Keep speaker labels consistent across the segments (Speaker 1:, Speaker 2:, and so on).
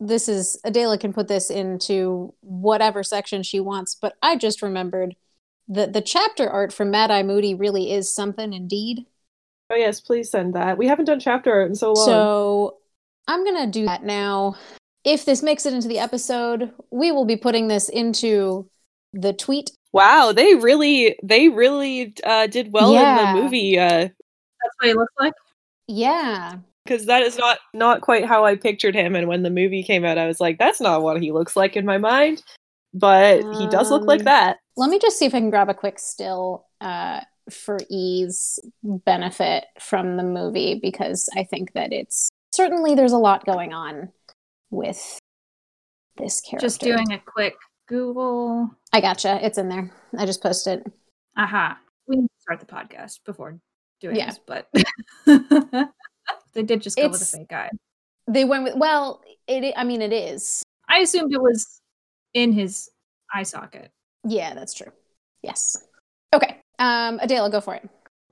Speaker 1: this is Adela can put this into whatever section she wants, but I just remembered that the chapter art from Mad Eye Moody really is something indeed.
Speaker 2: Oh yes, please send that. We haven't done chapter art in so long.
Speaker 1: So I'm gonna do that now. If this makes it into the episode, we will be putting this into the tweet.
Speaker 2: wow, they really they really uh, did well in
Speaker 1: Yeah.
Speaker 2: the movie. Uh,
Speaker 3: That's what he looks like.
Speaker 1: Yeah.
Speaker 2: because that is not not quite how I pictured him. And when the movie came out, I was like, that's not what he looks like in my mind. But he does look like
Speaker 1: Um,
Speaker 2: that.
Speaker 1: Let me just see if I can grab a quick still uh, for ease benefit from the movie because I think that it's certainly there's a lot going on with this character.
Speaker 3: Just doing a quick Google.
Speaker 1: I gotcha. It's in there. I just posted. it.
Speaker 3: Aha. We need to start the podcast before doing
Speaker 1: Yeah.
Speaker 3: this, but they did just go with a
Speaker 1: It's-
Speaker 3: fake guy.
Speaker 1: They went with well. It. i- I mean, it is.
Speaker 3: I assumed it was in his eye socket.
Speaker 1: Yeah, that's true. Yes. Okay. Um, Adela, go for it.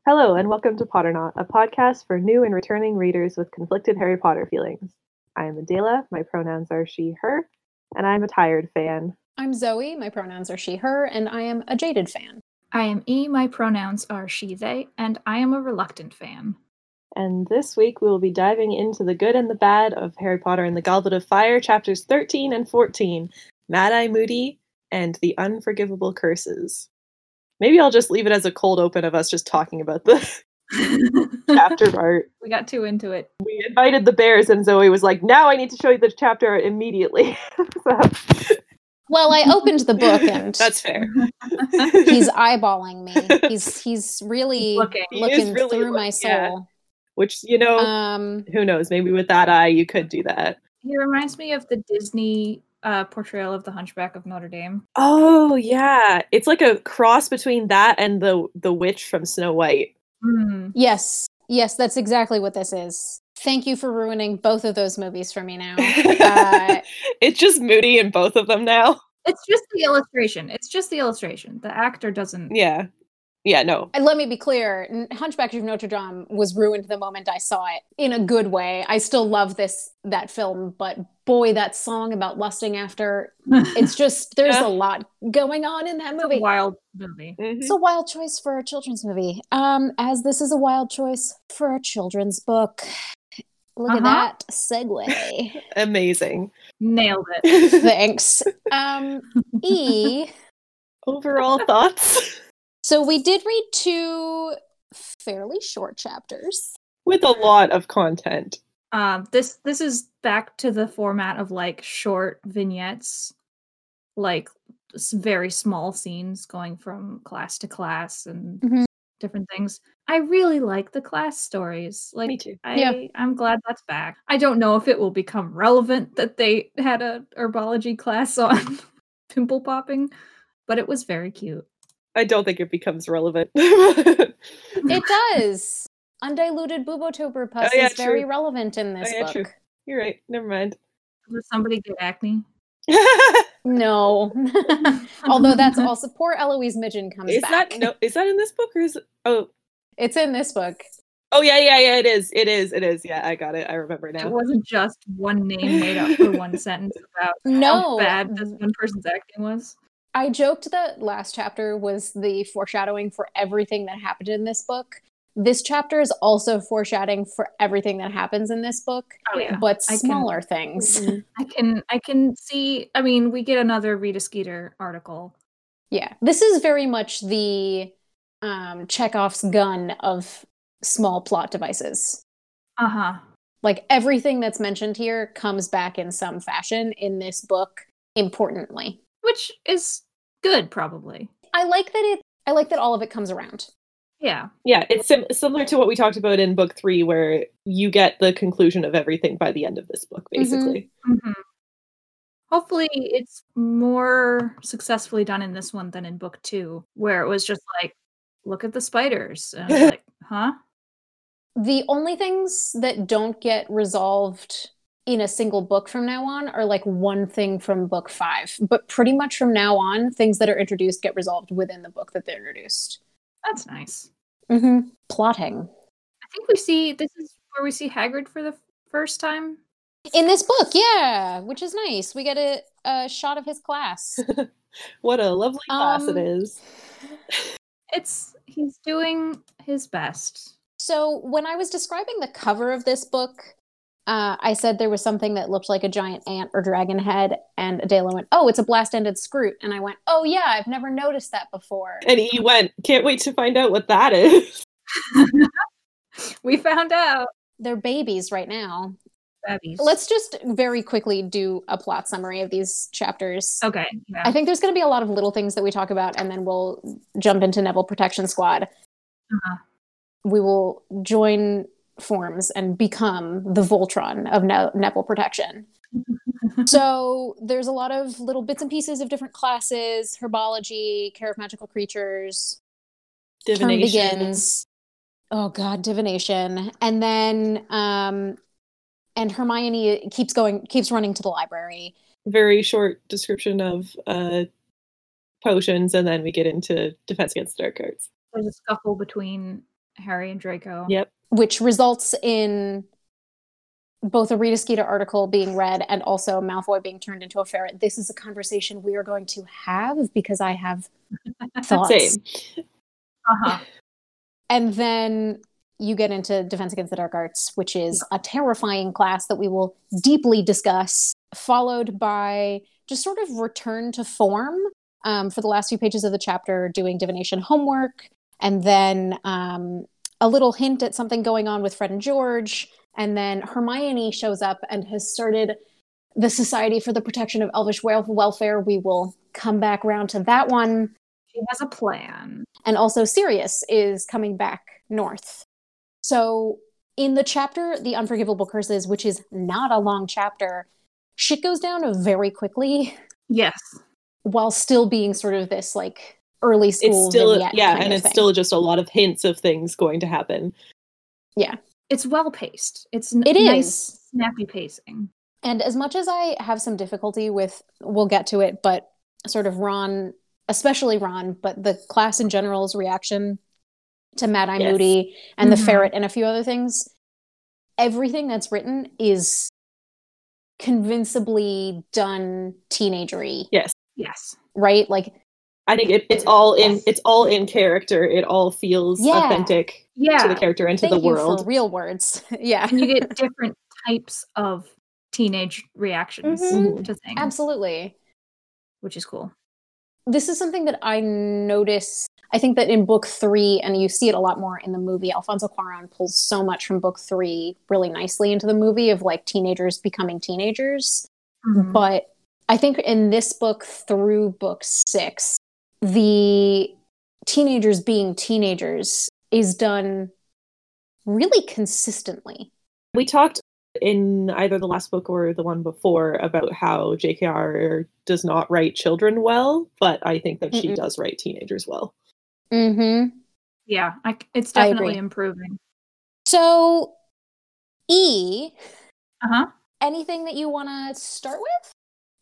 Speaker 2: Hello, and welcome to Potternaut, a podcast for new and returning readers with conflicted Harry Potter feelings. I am Adela, my pronouns are she, her, and I'm a tired fan.
Speaker 1: I'm Zoe. My pronouns are she/her, and I am a jaded fan.
Speaker 3: I am E. My pronouns are she, they, and I am a reluctant fan.
Speaker 2: And this week we will be diving into the good and the bad of Harry Potter and the Goblet of Fire, chapters 13 and 14, Mad Eye Moody, and the Unforgivable Curses. Maybe I'll just leave it as a cold open of us just talking about the chapter art.
Speaker 3: we got too into it.
Speaker 2: We invited the bears, and Zoe was like, Now I need to show you the chapter art immediately. so,
Speaker 1: Well, I opened the book, and
Speaker 2: that's fair.
Speaker 1: he's eyeballing me. He's he's really
Speaker 3: Looking.
Speaker 2: He is
Speaker 1: looking
Speaker 2: really
Speaker 1: through my
Speaker 2: look- yeah. Oh.
Speaker 1: soul.
Speaker 2: Which, you know,
Speaker 1: Um,
Speaker 2: who knows? Maybe with that eye, you could do that.
Speaker 3: He reminds me of the Disney uh, portrayal of the Hunchback of Notre Dame.
Speaker 2: Oh, yeah. It's like a cross between that and the, the witch from Snow White.
Speaker 3: Hmm.
Speaker 1: yes, yes, that's exactly what this is. Thank you for ruining both of those movies for me now. Uh,
Speaker 2: it's just moody in both of them now.
Speaker 3: It's just the illustration. It's just the illustration. The actor doesn't.
Speaker 2: Yeah. Yeah, no.
Speaker 1: and let me be clear: N- Hunchback of Notre Dame was ruined the moment I saw it in a good way. I still love this that film, but boy, that song about lusting after
Speaker 3: it's
Speaker 1: it's just there's a
Speaker 2: Yeah.
Speaker 1: lot going on in that
Speaker 3: a
Speaker 1: movie.
Speaker 3: wild movie.
Speaker 1: It's
Speaker 2: Mm-hmm.
Speaker 1: a wild choice for a children's movie. Um, as this is a wild choice for a children's book. Look at
Speaker 3: Uh-huh.
Speaker 1: that segue.
Speaker 2: Amazing.
Speaker 3: Nailed it.
Speaker 1: Thanks. Um, e.
Speaker 2: Overall thoughts
Speaker 1: So we did read two fairly short chapters.
Speaker 2: with a lot of content.
Speaker 3: Um, this this is back to the format of like short vignettes, like s- very small scenes going from class to class and
Speaker 1: Mhm.
Speaker 3: different things. I really like the class stories. Like
Speaker 2: too.
Speaker 3: I,
Speaker 1: Yeah.
Speaker 3: I'm glad that's back. I don't know if it will become relevant that they had a herbology class on pimple popping, but it was very cute.
Speaker 2: I don't think it becomes relevant. oh,
Speaker 1: It does. Undiluted boobotober pus
Speaker 2: Oh, yeah,
Speaker 1: is very
Speaker 2: true. Oh,
Speaker 1: relevant in this
Speaker 2: yeah,
Speaker 1: book.
Speaker 2: true. You're right. Never mind.
Speaker 3: Did somebody get acne?
Speaker 1: No. Although that's also poor Eloise Midgen comes
Speaker 2: is
Speaker 1: back.
Speaker 2: that no is that in this book or is it oh
Speaker 1: It's in this book.
Speaker 2: oh yeah, yeah, yeah, it is. It is, it is. Yeah, I got it. I remember
Speaker 3: It
Speaker 2: now.
Speaker 3: wasn't just one name made up for one sentence about how
Speaker 1: No.
Speaker 3: bad this one person's acting was.
Speaker 1: I joked that last chapter was the foreshadowing for everything that happened in this book. This chapter is also foreshadowing for everything that happens in this book,
Speaker 3: Oh yeah,
Speaker 1: but
Speaker 3: I can- Mm-hmm.
Speaker 1: smaller things.
Speaker 2: Mhm.
Speaker 3: I can I can see. I mean, we get another Rita Skeeter article.
Speaker 1: Yeah. This is very much the um, Chekhov's gun of small plot devices.
Speaker 3: Uh huh.
Speaker 1: Like everything that's mentioned here comes back in some fashion in this book, importantly.
Speaker 3: Which is good, probably.
Speaker 1: I like that it, I like that all of it comes around.
Speaker 3: Yeah.
Speaker 2: Yeah, it's sim- similar to what we talked about in book three, where you get the conclusion of everything by the end of this book,
Speaker 1: Mhm.
Speaker 2: basically.
Speaker 3: Mhm. Hopefully, it's more successfully done in this one than in book two, where it was just like, look at the spiders, and I was like, huh?
Speaker 1: the only things that don't get resolved in a single book from now on are like one thing from book five but pretty much from now on things that are introduced get resolved within the book that they're introduced
Speaker 3: That's nice.
Speaker 1: mm-hmm. plotting
Speaker 3: I think we see this is where we see Hagrid for the f- first time.
Speaker 1: in this book, yeah, which is nice. We get a, a shot of his class.
Speaker 2: What a lovely class
Speaker 1: Um,
Speaker 2: it is.
Speaker 3: It's he's doing his best.
Speaker 1: So, when I was describing the cover of this book, uh, I said there was something that looked like a giant ant or dragon head, and Adela went, "Oh, it's a blast-ended scroot," and I went, "Oh yeah, I've never noticed that before."
Speaker 2: And he went, can't wait to find out what that is.
Speaker 3: We found out.
Speaker 1: They're babies right now.
Speaker 3: Babbies.
Speaker 1: Let's just very quickly do a plot summary of these chapters.
Speaker 3: Okay. Yeah.
Speaker 1: I think there's going to be a lot of little things that we talk about, and then we'll jump into Neville Protection Squad.
Speaker 3: Uh-huh.
Speaker 1: We will join forms and become the Voltron of ne- Neville Protection. so there's a lot of little bits and pieces of different classes, herbology, care of magical creatures, term begins. Oh God, divination, and then um, and Hermione keeps going, keeps running to the library.
Speaker 2: Very short description of uh, potions, and then we get into defense against the dark arts.
Speaker 3: There's a scuffle between Harry and Draco.
Speaker 2: Yep.
Speaker 1: which results in both a Rita Skeeter article being read and also Malfoy being turned into a ferret. This is a conversation we are going to have because I have thoughts.
Speaker 2: Same.
Speaker 3: Uh-huh.
Speaker 1: And then you get into Defense Against the Dark Arts, which is a terrifying class that we will deeply discuss, followed by just sort of return to form um, for the last few pages of the chapter, doing divination homework, and then um, a little hint at something going on with Fred and George. And then Hermione shows up and has started the Society for the Protection of Elvish Wel- Welfare. We will come back round to that one
Speaker 3: She has a plan.
Speaker 1: and also Sirius is coming back north. So in the chapter The Unforgivable Curses, which is not a long chapter, shit goes down very quickly
Speaker 3: Yes.
Speaker 1: while still being sort of this like early school
Speaker 2: It's still,
Speaker 1: vignette
Speaker 2: yeah,
Speaker 1: kind
Speaker 2: and
Speaker 1: of
Speaker 2: it's
Speaker 1: thing.
Speaker 2: still just a lot of hints of things going to happen.
Speaker 3: It's well paced. It's n-
Speaker 1: It
Speaker 3: nice,
Speaker 1: is.
Speaker 3: snappy pacing.
Speaker 1: And as much as I have some difficulty with, we'll get to it, but sort of Ron, especially Ron, but the class in general's reaction to Mad Eye
Speaker 2: Yes.
Speaker 1: Moody and the
Speaker 3: Mhm.
Speaker 1: ferret and a few other things, everything that's written is convincingly done teenagery,
Speaker 2: Yes.
Speaker 3: Yes.
Speaker 1: right? Like,
Speaker 2: I think it, it's all in it's all in character. It all feels
Speaker 1: Yeah.
Speaker 2: authentic
Speaker 3: Yeah.
Speaker 2: to the character and to
Speaker 1: thank
Speaker 2: the
Speaker 1: you
Speaker 2: world. Mm-hmm.
Speaker 1: for real words. yeah,
Speaker 3: and you get different types of teenage reactions
Speaker 1: Mhm.
Speaker 3: to things,
Speaker 1: absolutely.
Speaker 3: which is cool.
Speaker 1: this is something that I notice. I think that in book three, and you see it a lot more in the movie, Alfonso Cuaron pulls so much from book three really nicely into the movie of like teenagers becoming teenagers.
Speaker 3: Mhm.
Speaker 1: But I think in this book through book six, the teenagers being teenagers is done really consistently.
Speaker 2: We talked in either the last book or the one before about how JKR does not write children well, but I think that she
Speaker 1: Mm-mm.
Speaker 2: does write teenagers well.
Speaker 1: Mm-hmm.
Speaker 3: yeah, I c it's
Speaker 1: I
Speaker 3: definitely
Speaker 1: agree.
Speaker 3: improving.
Speaker 1: So, E,
Speaker 3: Uh
Speaker 1: anything that you want to start with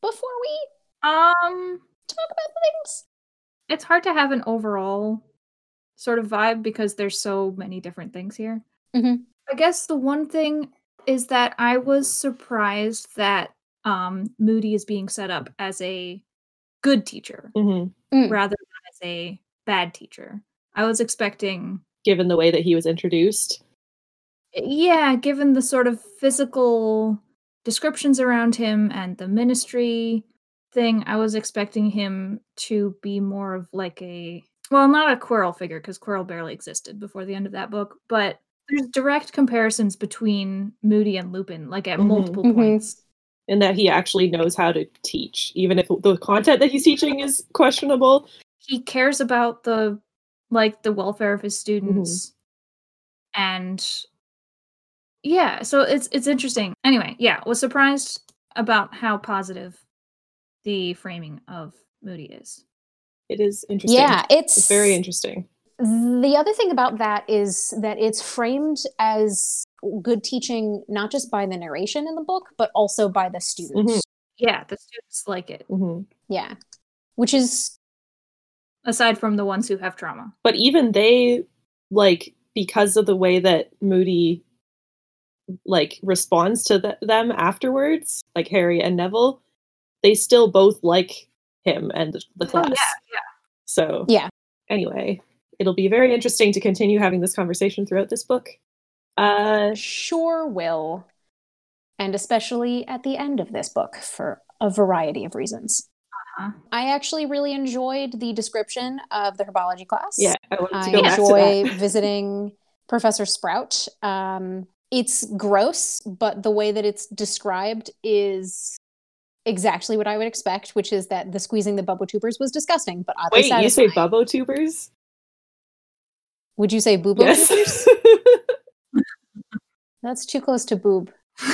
Speaker 1: before we
Speaker 3: huh. Um,
Speaker 1: talk about things.
Speaker 3: it's hard to have an overall sort of vibe because there's so many different things here.
Speaker 1: Mhm.
Speaker 3: I guess the one thing is that I was surprised that um, Moody is being set up as a good teacher
Speaker 2: hmm
Speaker 1: Mm.
Speaker 3: rather than as a bad teacher. I was expecting,
Speaker 2: Given the way that he was introduced,
Speaker 3: yeah, given the sort of physical descriptions around him and the ministry thing, I was expecting him to be more of like a, well, not a Quirrell figure because Quirrell barely existed before the end of that book, but there's direct comparisons between Moody and Lupin, like at
Speaker 2: Mhm.
Speaker 3: multiple
Speaker 1: Mhm.
Speaker 3: points.
Speaker 2: and that he actually knows how to teach, even if the content that he's teaching is questionable.
Speaker 3: he cares about the like the welfare of
Speaker 2: Mm-hmm.
Speaker 3: his students and yeah so it's it's interesting anyway yeah was surprised about how positive the framing of moody is
Speaker 2: It is interesting.
Speaker 1: Yeah, it's,
Speaker 2: It's very interesting.
Speaker 1: The other thing about that is that it's framed as good teaching, not just by the narration in the book, but also by the students.
Speaker 2: Mm-hmm.
Speaker 3: yeah the students like it
Speaker 2: hmm
Speaker 1: Yeah, which is
Speaker 3: aside from the ones who have trauma
Speaker 2: but even they like because of the way that moody like responds to th- them afterwards, like Harry and Neville, they still both like him and the class. So
Speaker 1: Yeah.
Speaker 2: Anyway, it'll be very interesting to continue having this conversation throughout this book. Uh,
Speaker 1: Sure will. And especially at the end of this book for a variety of reasons.
Speaker 3: Uh-huh.
Speaker 1: I actually really enjoyed the description of the herbology class.
Speaker 2: yeah, I wanted to
Speaker 1: I
Speaker 2: go back
Speaker 1: enjoy
Speaker 2: to that.
Speaker 1: visiting Professor Sprout. Um, it's gross, but the way that it's described is exactly what I would expect, which is that the squeezing the bubble tubers was disgusting, but oddly
Speaker 2: Wait, you say
Speaker 1: satisfying.
Speaker 2: bubbo tubers?
Speaker 1: Would you say boobo?
Speaker 2: Yes.
Speaker 1: That's too close to boob.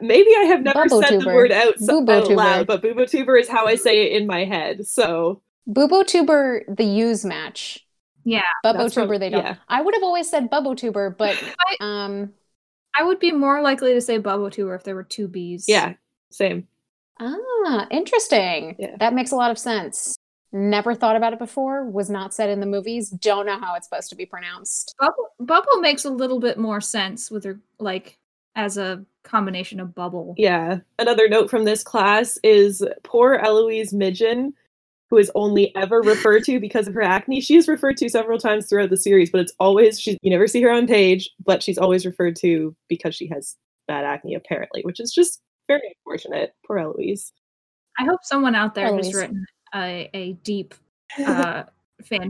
Speaker 2: Maybe I have never said the
Speaker 1: Bubbo-tuber.
Speaker 2: word out, so, out
Speaker 1: Boobo-tuber.
Speaker 2: loud, but boobo tuber is how I say it in my head. So
Speaker 1: Boobo tuber, the use match.
Speaker 3: Yeah.
Speaker 1: Bubbo
Speaker 2: That's from-
Speaker 1: tuber, they don't.
Speaker 2: yeah.
Speaker 1: I would have always said bubbo tuber, but
Speaker 3: I,
Speaker 1: um,
Speaker 3: I would be more likely to say Bubble Tuber if there were two B's.
Speaker 2: yeah, same.
Speaker 1: ah, interesting.
Speaker 2: Yeah.
Speaker 1: That makes a lot of sense. Never thought about it before. Was not said in the movies. Don't know how it's supposed to be pronounced.
Speaker 3: Bubble Bubble makes a little bit more sense with her like as a combination of bubble.
Speaker 2: Yeah. Another note from this class is poor Eloise Midgen, who is only ever referred to because of her acne. She is referred to several times throughout the series, but it's always she you never see her on page, but she's always referred to because she has bad acne apparently, which is just very unfortunate. Poor Eloise.
Speaker 3: I hope someone out there
Speaker 1: Always.
Speaker 3: has written a, a deep uh, fanfic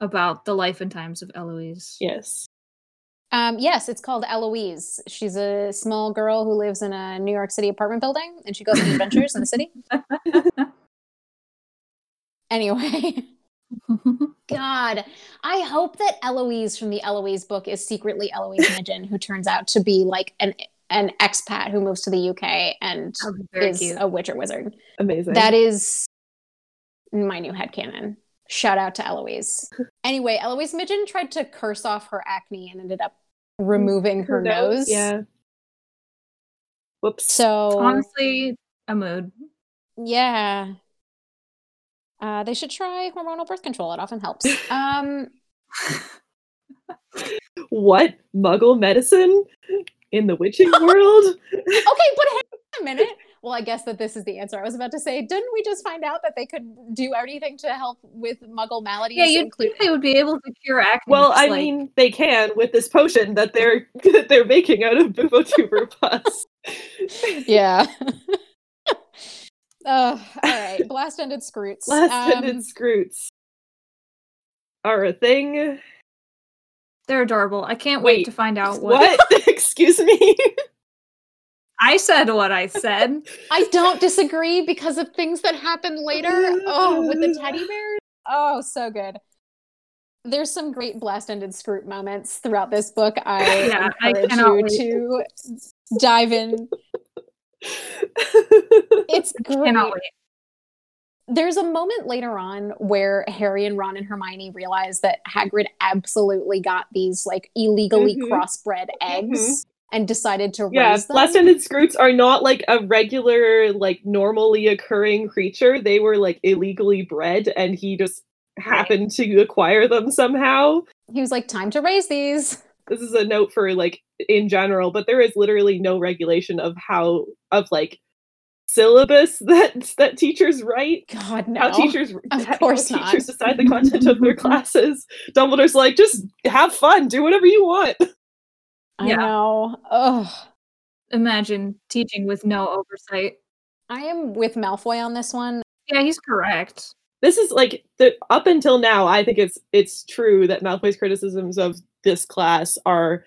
Speaker 3: about the life and times of Eloise.
Speaker 2: yes.
Speaker 1: Um, yes, it's called Eloise. She's a small girl who lives in a New York City apartment building, and she goes on adventures in the city. Anyway. God, I hope that Eloise from the Eloise book is secretly Eloise Midgen, who turns out to be like an an expat who moves to the UK and
Speaker 3: That would be very
Speaker 1: is
Speaker 3: cute.
Speaker 1: a witcher wizard.
Speaker 2: Amazing.
Speaker 1: That is my new headcanon. Shout out to Eloise. anyway, Eloise Midgen tried to curse off her acne and ended up removing her nose.
Speaker 2: Yeah. Whoops.
Speaker 1: So
Speaker 3: Honestly, a mood.
Speaker 1: yeah. Uh, they should try hormonal birth control. It often helps. Um,
Speaker 2: what muggle medicine in the witching world?
Speaker 1: okay, but hang on a minute. Well, I guess that this is the answer I was about to say. Didn't we just find out that they could do anything to help with muggle maladies?
Speaker 3: Yeah, you'd
Speaker 1: including-
Speaker 3: think they would be able to cure acne.
Speaker 2: Well,
Speaker 3: just
Speaker 2: I
Speaker 3: like-
Speaker 2: mean, they can with this potion that they're that they're making out of bubotuber pus.
Speaker 1: yeah. uh, all right. Blast ended scroots.
Speaker 2: Last-ended
Speaker 1: Um,
Speaker 2: scroots are a thing.
Speaker 3: they're adorable. I can't wait,
Speaker 2: Wait,
Speaker 3: to find out what,
Speaker 2: What? Excuse me.
Speaker 3: I said. What I said.
Speaker 1: I don't disagree because of things that happen later. Oh, with the teddy bears. Oh, so good. There's some great blast ended scroot moments throughout this book. I
Speaker 3: Yeah, I
Speaker 1: encourage
Speaker 3: cannot
Speaker 1: you
Speaker 3: wait.
Speaker 1: to dive in. It's great.
Speaker 3: Cannot wait.
Speaker 1: there's a moment later on where Harry and Ron and Hermione realize that Hagrid absolutely got these like illegally
Speaker 2: Mhm.
Speaker 1: crossbred eggs and decided to
Speaker 2: Mm-hmm. yeah,
Speaker 1: raise them.
Speaker 2: last-ended scroots are not like a regular, like normally occurring creature. They were like illegally bred, and he just happened to acquire them somehow.
Speaker 1: he was like, "Time to raise these."
Speaker 2: this is a note for like in general, but there is literally no regulation of how of like syllabus that that teachers write.
Speaker 1: God no.
Speaker 2: How teachers
Speaker 1: Of
Speaker 2: how
Speaker 1: course not.
Speaker 2: teachers decide the content of their classes. Dumbledore's like, just have fun, do whatever you want.
Speaker 1: I
Speaker 3: Yeah.
Speaker 1: know. Ugh.
Speaker 3: Imagine teaching with no oversight.
Speaker 1: I am with Malfoy on this one.
Speaker 3: Yeah, he's correct.
Speaker 2: This is like the up until now, I think it's it's true that Malfoy's criticisms of this class are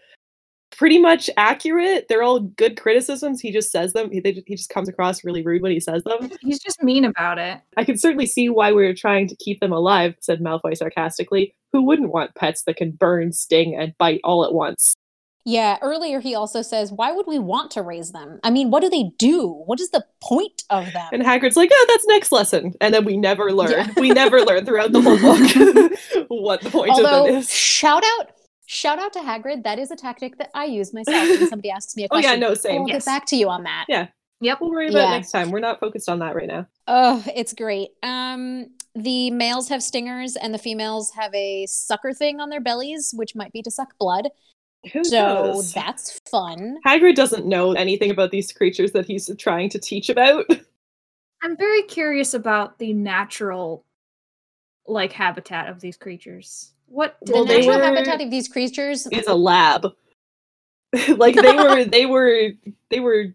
Speaker 2: pretty much accurate. They're all good criticisms. He just says them. He, they, he just comes across really rude when he says them.
Speaker 3: He's just mean about it.
Speaker 2: I can certainly see why we're trying to keep them alive, said Malfoy sarcastically. Who wouldn't want pets that can burn, sting, and bite all at once?
Speaker 1: Yeah, earlier he also says, "Why would we want to raise them? I mean, what do they do? What is the point of them?"
Speaker 2: And Hagrid's like, oh, that's next lesson. And then we never learn.
Speaker 1: Yeah.
Speaker 2: We never learn throughout the whole book what the point of it
Speaker 1: Although,
Speaker 2: is.
Speaker 1: shout out, shout out to Hagrid. That is a tactic that I use myself when somebody asks me a
Speaker 2: Oh,
Speaker 1: question.
Speaker 2: yeah, no,
Speaker 1: I'll
Speaker 2: same.
Speaker 1: get
Speaker 3: Yes.
Speaker 1: back to you on that.
Speaker 3: Yep.
Speaker 2: We'll worry about
Speaker 1: Yeah.
Speaker 2: it next time. We're not focused on that right now.
Speaker 1: Oh, it's great. Um, the males have stingers and the females have a sucker thing on their bellies, which might be to suck blood.
Speaker 2: Who
Speaker 1: so
Speaker 2: knows?
Speaker 1: that's fun.
Speaker 2: Hagrid doesn't know anything about these creatures that he's trying to teach about.
Speaker 3: I'm very curious about the natural like habitat of these creatures. What do
Speaker 2: Well,
Speaker 1: the
Speaker 3: they
Speaker 1: natural
Speaker 2: were-
Speaker 1: habitat of these creatures.
Speaker 2: It's a lab. like they were they were they were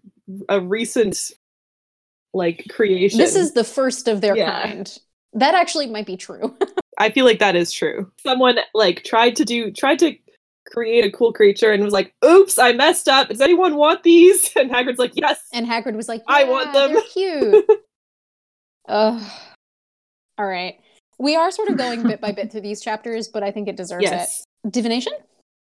Speaker 2: a recent like creation.
Speaker 1: This is the first of their
Speaker 2: Yeah.
Speaker 1: kind. That actually might be true.
Speaker 2: I feel like that is true. Someone like tried to do tried to create a cool creature and was like, "Oops, I messed up. Does anyone want these?" And Hagrid's like, "Yes."
Speaker 1: And Hagrid was like,
Speaker 2: I want
Speaker 1: "Yeah,
Speaker 2: them."
Speaker 1: They're cute. Ugh. All right. We are sort of going bit by bit through these chapters, but I think it deserves
Speaker 2: yes.
Speaker 1: it. Divination?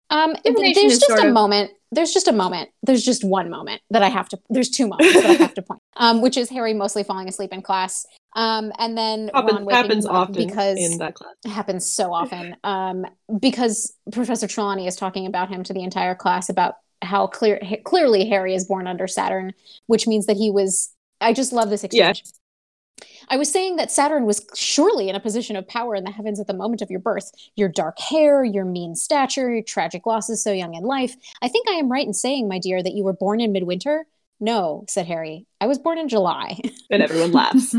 Speaker 1: Um, th-
Speaker 3: Divination
Speaker 1: there's
Speaker 3: is
Speaker 1: just
Speaker 3: sort
Speaker 1: a
Speaker 3: of-
Speaker 1: moment. There's just a moment. There's just one moment that I have to. There's two moments that I have to point. Um, which is Harry mostly falling asleep in class. Um, and then
Speaker 2: Happen-
Speaker 1: Ron waking
Speaker 2: happens
Speaker 1: him up
Speaker 2: often
Speaker 1: because
Speaker 2: in that class.
Speaker 1: happens so often um, because Professor Trelawney is talking about him to the entire class about how clear ha- clearly Harry is born under Saturn, which means that he was. I just love this exchange. I was saying that Saturn was surely in a position of power in the heavens at the moment of your birth. Your dark hair, your mean stature, your tragic losses so young in life. I think I am right in saying, my dear, that you were born in midwinter. No, said Harry. I was born in July
Speaker 2: And everyone laughs.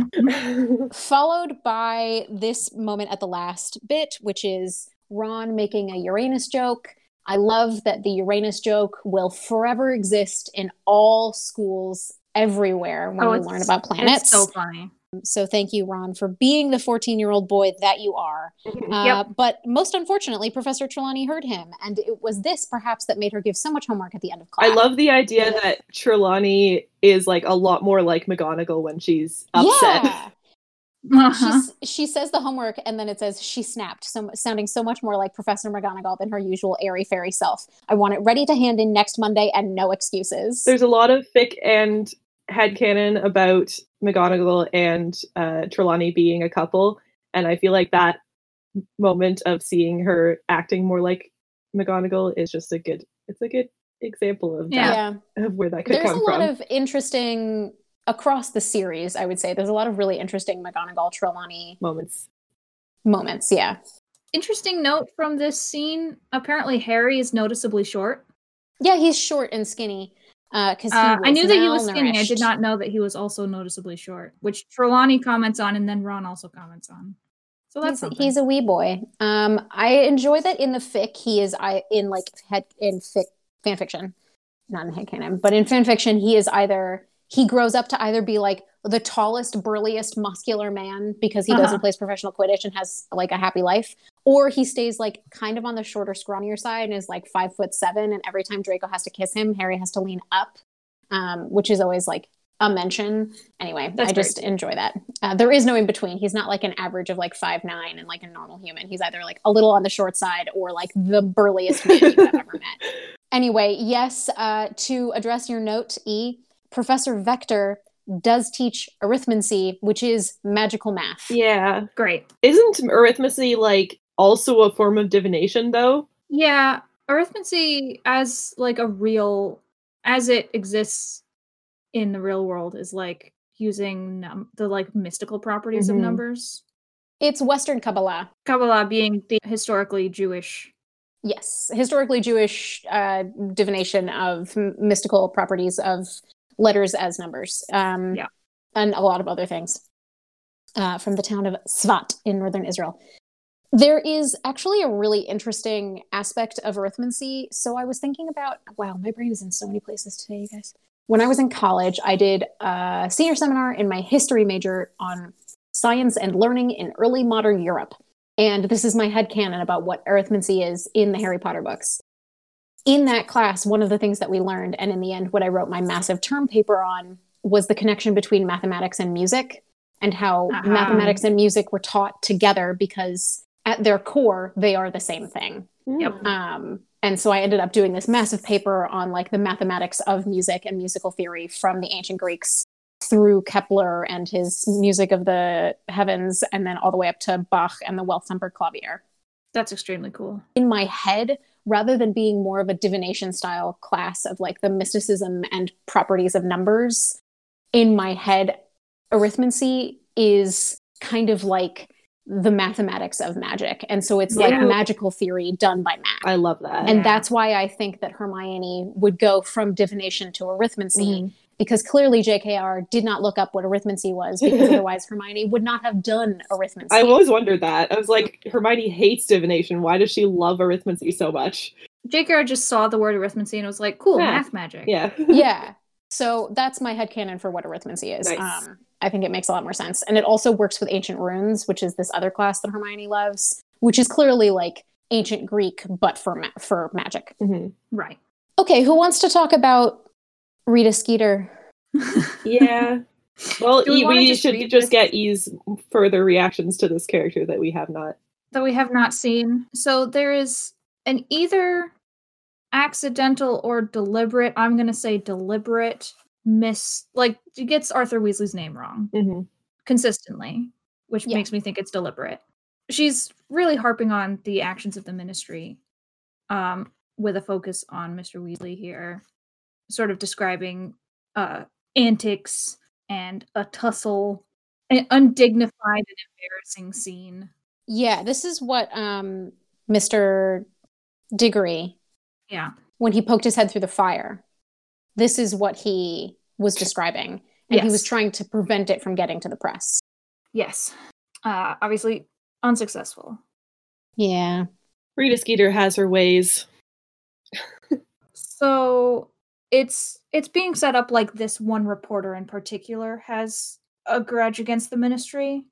Speaker 1: followed by this moment at the last bit, which is Ron making a Uranus joke. I love that the Uranus joke will forever exist in all schools everywhere when
Speaker 3: Oh,
Speaker 1: we
Speaker 3: it's-
Speaker 1: learn about planets.
Speaker 3: It's so
Speaker 1: So-,
Speaker 3: funny.
Speaker 1: thank you, Ron, for being the 14 year old boy that you are. Uh, but most unfortunately, Professor Trelawney heard him, and it was this perhaps that made her give so much homework at the end of class.
Speaker 2: I love the idea that Trelawney is like a lot more like McGonagall when she's upset.
Speaker 1: Yeah.
Speaker 3: Uh-huh.
Speaker 1: She's, she says the homework and then it says she snapped so, sounding so much more like professor mcgonagall than her usual airy fairy self i want it ready to hand in next monday and no excuses
Speaker 2: There's a lot of fic and headcanon about McGonagall and uh, Trelawney being a couple, and I feel like that moment of seeing her acting more like McGonagall is just a good. It's a good example of
Speaker 1: yeah,
Speaker 3: Yeah.
Speaker 2: that, of where that could
Speaker 1: there's a
Speaker 2: come
Speaker 1: lot
Speaker 2: from.
Speaker 1: of interesting across the series i would say there's a lot of really interesting mcgonagall trelawney
Speaker 2: Moments.
Speaker 1: moments yeah
Speaker 3: Interesting note from this scene. Apparently, Harry is noticeably short.
Speaker 1: yeah he's short and skinny because
Speaker 3: Uh, I knew that he was skinny. I did not know that he was also noticeably short, which Trelawney comments on, and then Ron also comments on. So that's
Speaker 1: he's,
Speaker 3: something.
Speaker 1: he's a wee boy. Um, I enjoy that in the fic he is I in like head in fic fan fiction, not in headcanon, but in fan fiction he is either he grows up to either be like the tallest, burliest, muscular man because he goes
Speaker 3: Uh-huh.
Speaker 1: and plays professional quidditch and has like a happy life, or he stays like kind of on the shorter, scrawnier side and is like five foot seven, and every time Draco has to kiss him, Harry has to lean up, um, which is always like a mention. Anyway,
Speaker 3: That's
Speaker 1: I just enjoy that. Uh, there is no in between. He's not like an average of like five nine and like a normal human. He's either like a little on the short side or like the burliest man you've ever met. Anyway, yes. Uh, to address your note, E Professor Vector does teach arithmancy, which is magical math.
Speaker 2: Yeah,
Speaker 3: Great.
Speaker 2: isn't arithmancy like also a form of divination though?
Speaker 3: Yeah, arithmancy as like a real as it exists in the real world is like using num- the like mystical properties
Speaker 2: Mhm.
Speaker 3: of numbers.
Speaker 1: It's Western Kabbalah.
Speaker 3: Kabbalah being the historically Jewish.
Speaker 1: Yes, historically Jewish uh, divination of m- mystical properties of letters as numbers, um,
Speaker 3: Yeah.
Speaker 1: and a lot of other things uh, from the town of Svat in northern Israel. There is actually a really interesting aspect of arithmancy. So I was thinking about wow, my brain is in so many places today, you guys. When I was in college, I did a senior seminar in my history major on science and learning in early modern Europe. And this is my headcanon about what arithmancy is in the Harry Potter books. In that class, one of the things that we learned, and in the end, what I wrote my massive term paper on, was the connection between mathematics and music and how
Speaker 3: Uh-huh.
Speaker 1: mathematics and music were taught together because at their core, they are the same thing.
Speaker 3: Yep.
Speaker 2: Hmm.
Speaker 1: Um, and so I ended up doing this massive paper on like the mathematics of music and musical theory from the ancient Greeks through Kepler and his music of the heavens, and then all the way up to Bach and the Well-tempered Clavier.
Speaker 3: That's extremely cool.
Speaker 1: In my head, rather than being more of a divination style class of like the mysticism and properties of numbers, in my head, arithmancy is kind of like the mathematics of magic. And so it's like
Speaker 3: Yeah.
Speaker 1: magical theory done by math.
Speaker 2: I love that.
Speaker 1: And
Speaker 3: Yeah.
Speaker 1: that's why I think that Hermione would go from divination to arithmancy
Speaker 2: Mhm.
Speaker 1: because clearly JKR did not look up what arithmancy was because otherwise Hermione would not have done arithmancy.
Speaker 2: I've always wondered that. I was like, Hermione hates divination. Why does she love arithmancy so much?
Speaker 3: J.K.R. just saw the word arithmancy and was like, cool,
Speaker 2: Yeah.
Speaker 3: math magic.
Speaker 2: Yeah.
Speaker 1: yeah. So that's my headcanon for what arithmancy is.
Speaker 2: Nice.
Speaker 1: Um, I think it makes a lot more sense. And it also works with ancient runes, which is this other class that Hermione loves, which is clearly like ancient Greek, but for, ma- for magic.
Speaker 2: Mhm.
Speaker 3: Right.
Speaker 1: Okay, who wants to talk about Rita Skeeter?
Speaker 2: Yeah. Well,
Speaker 3: Do
Speaker 2: E-
Speaker 3: we
Speaker 2: we,
Speaker 3: wanna just
Speaker 2: should
Speaker 3: read
Speaker 2: just
Speaker 3: this?
Speaker 2: get E's further reactions to this character that we have not.
Speaker 3: that we have not seen. So there is an either accidental or deliberate, I'm going to say deliberate miss like she gets Arthur Weasley's name wrong
Speaker 2: Mhm.
Speaker 3: consistently, which
Speaker 1: Yeah.
Speaker 3: makes me think it's deliberate. She's really harping on the actions of the ministry um with a focus on Mr. Weasley here, sort of describing uh antics and a tussle, an undignified and embarrassing scene.
Speaker 1: Yeah, this is what um, Mr. Diggory,
Speaker 3: Yeah.
Speaker 1: when he poked his head through the fire, this is what he was describing. And he was
Speaker 3: Yes.
Speaker 1: trying to prevent it from getting to the press.
Speaker 3: Yes. Uh, obviously unsuccessful.
Speaker 1: Yeah.
Speaker 2: Rita Skeeter has her ways.
Speaker 3: So it's it's being set up like this one reporter in particular has a grudge against the ministry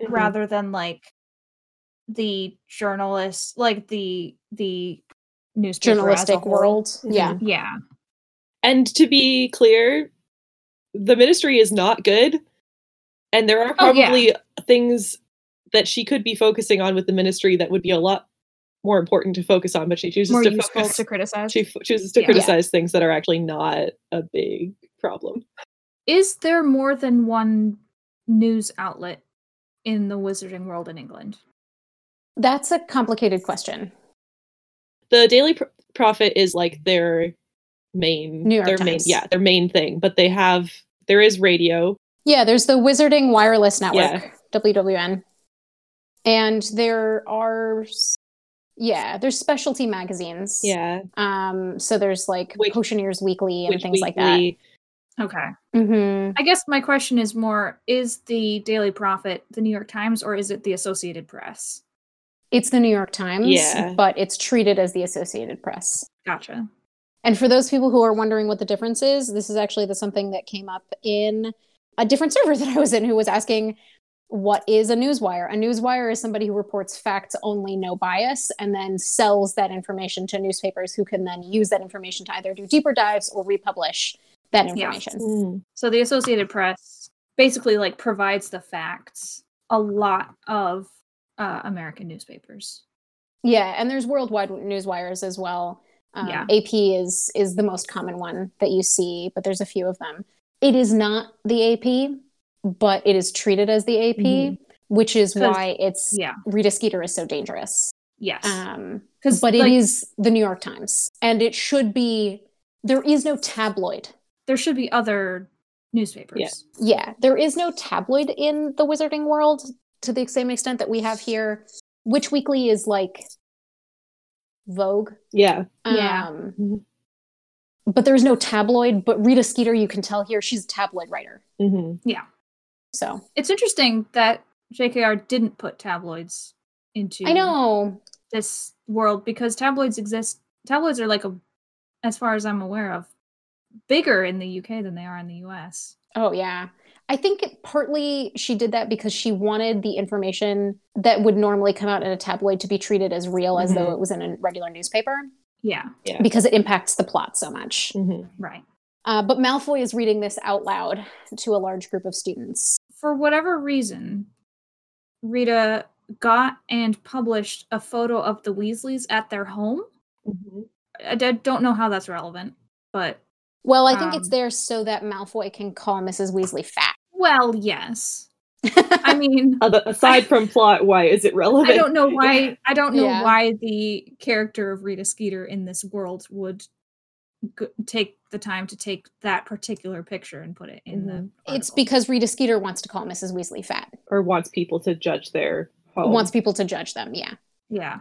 Speaker 2: Mhm.
Speaker 3: rather than like the journalist like the the newspaper as a
Speaker 1: Journalistic
Speaker 3: whole.
Speaker 1: world.
Speaker 2: Mhm.
Speaker 1: Yeah.
Speaker 3: Yeah.
Speaker 2: And to be clear, the ministry is not good. And there are
Speaker 3: Oh, yeah.
Speaker 2: probably things that she could be focusing on with the ministry that would be a lot more important to focus on, but she chooses
Speaker 3: More
Speaker 2: to
Speaker 3: useful
Speaker 2: focus.
Speaker 3: to criticize.
Speaker 2: she f- chooses to
Speaker 3: Yeah.
Speaker 2: criticize things that are actually not a big problem.
Speaker 3: Is there more than one news outlet in the wizarding world in England?
Speaker 1: That's a complicated question.
Speaker 2: The Daily Pro- Prophet is like their main,
Speaker 1: New York
Speaker 2: their main,
Speaker 1: Times.
Speaker 2: yeah, their main thing. But they have there is radio.
Speaker 1: Yeah, there's the Wizarding Wireless Network,
Speaker 2: Yeah.
Speaker 1: WWN. And there are, s- yeah, there's specialty magazines.
Speaker 2: Yeah,
Speaker 1: Um, so there's like
Speaker 2: Which-
Speaker 1: Potioneers Weekly and
Speaker 2: which
Speaker 1: things like that.
Speaker 2: weekly-
Speaker 3: Okay.
Speaker 1: Mm-hmm.
Speaker 3: I guess my question is more is the Daily Prophet the New York Times or is it the Associated Press?
Speaker 1: It's the New York Times,
Speaker 2: Yeah.
Speaker 1: but it's treated as the Associated Press.
Speaker 3: Gotcha.
Speaker 1: And for those people who are wondering what the difference is, this is actually the something that came up in a different server that I was in who was asking what is a newswire? A newswire is somebody who reports facts only, no bias, and then sells that information to newspapers who can then use that information to either do deeper dives or republish that information.
Speaker 2: Mm.
Speaker 3: So the Associated Press basically like provides the facts a lot of uh, American newspapers.
Speaker 1: Yeah, and there's worldwide news wires as well. Um,
Speaker 3: Yeah.
Speaker 1: AP is is the most common one that you see, but there's a few of them. It is not the AP, but it is treated as the AP,
Speaker 2: Mhm.
Speaker 1: which is
Speaker 3: 'Cause-
Speaker 1: why it's
Speaker 3: Mm-hmm. Yeah.
Speaker 1: Rita Skeeter is so dangerous.
Speaker 3: Yes.
Speaker 1: Um,
Speaker 3: Because
Speaker 1: but it is
Speaker 3: like,
Speaker 1: the New York Times, and it should be. There is no tabloid.
Speaker 3: there should be other newspapers.
Speaker 1: Yeah, there is no tabloid in the Wizarding world to the same extent that we have here. Which Weekly is like Vogue.
Speaker 2: Yeah,
Speaker 3: Yeah. Mm-hmm.
Speaker 1: Um,
Speaker 2: Mhm.
Speaker 1: But there's no tabloid. But Rita Skeeter, you can tell here, she's a tabloid writer.
Speaker 2: hmm
Speaker 1: So
Speaker 3: It's interesting that JKR didn't put tabloids into
Speaker 1: I know.
Speaker 3: this world because tabloids exist tabloids are like a as far as i'm aware of bigger in the uk than they are in the us
Speaker 1: Oh, yeah. I think it, partly she did that because she wanted the information that would normally come out in a tabloid to be treated as real as though
Speaker 2: Mhm.
Speaker 1: it was in a regular newspaper
Speaker 3: Mm-hmm. yeah Mm-hmm.
Speaker 2: Yeah.
Speaker 1: because it impacts the plot so much.
Speaker 2: hmm
Speaker 3: right
Speaker 1: Uh, but Malfoy is reading this out loud to a large group of students.
Speaker 3: for whatever reason rita got and published a photo of the weasleys at their home
Speaker 1: Mm-hmm.
Speaker 2: hmm
Speaker 3: i d- don't know how that's relevant but
Speaker 1: Well, I think it's
Speaker 3: Um.
Speaker 1: there so that Malfoy can call Mrs. Weasley fat.
Speaker 3: well yes i mean
Speaker 2: Other, aside from plot, why is it relevant?
Speaker 3: i don't know why i don't know
Speaker 1: Yeah.
Speaker 3: why the character of rita skeeter in this world would g- take the time to take that particular picture and put it in the
Speaker 1: Mm-hmm. It's
Speaker 3: article.
Speaker 1: because Rita Skeeter wants to call Mrs. Weasley fat.
Speaker 2: or wants people to judge their home.
Speaker 1: wants people to judge them. Yeah,
Speaker 3: Yeah.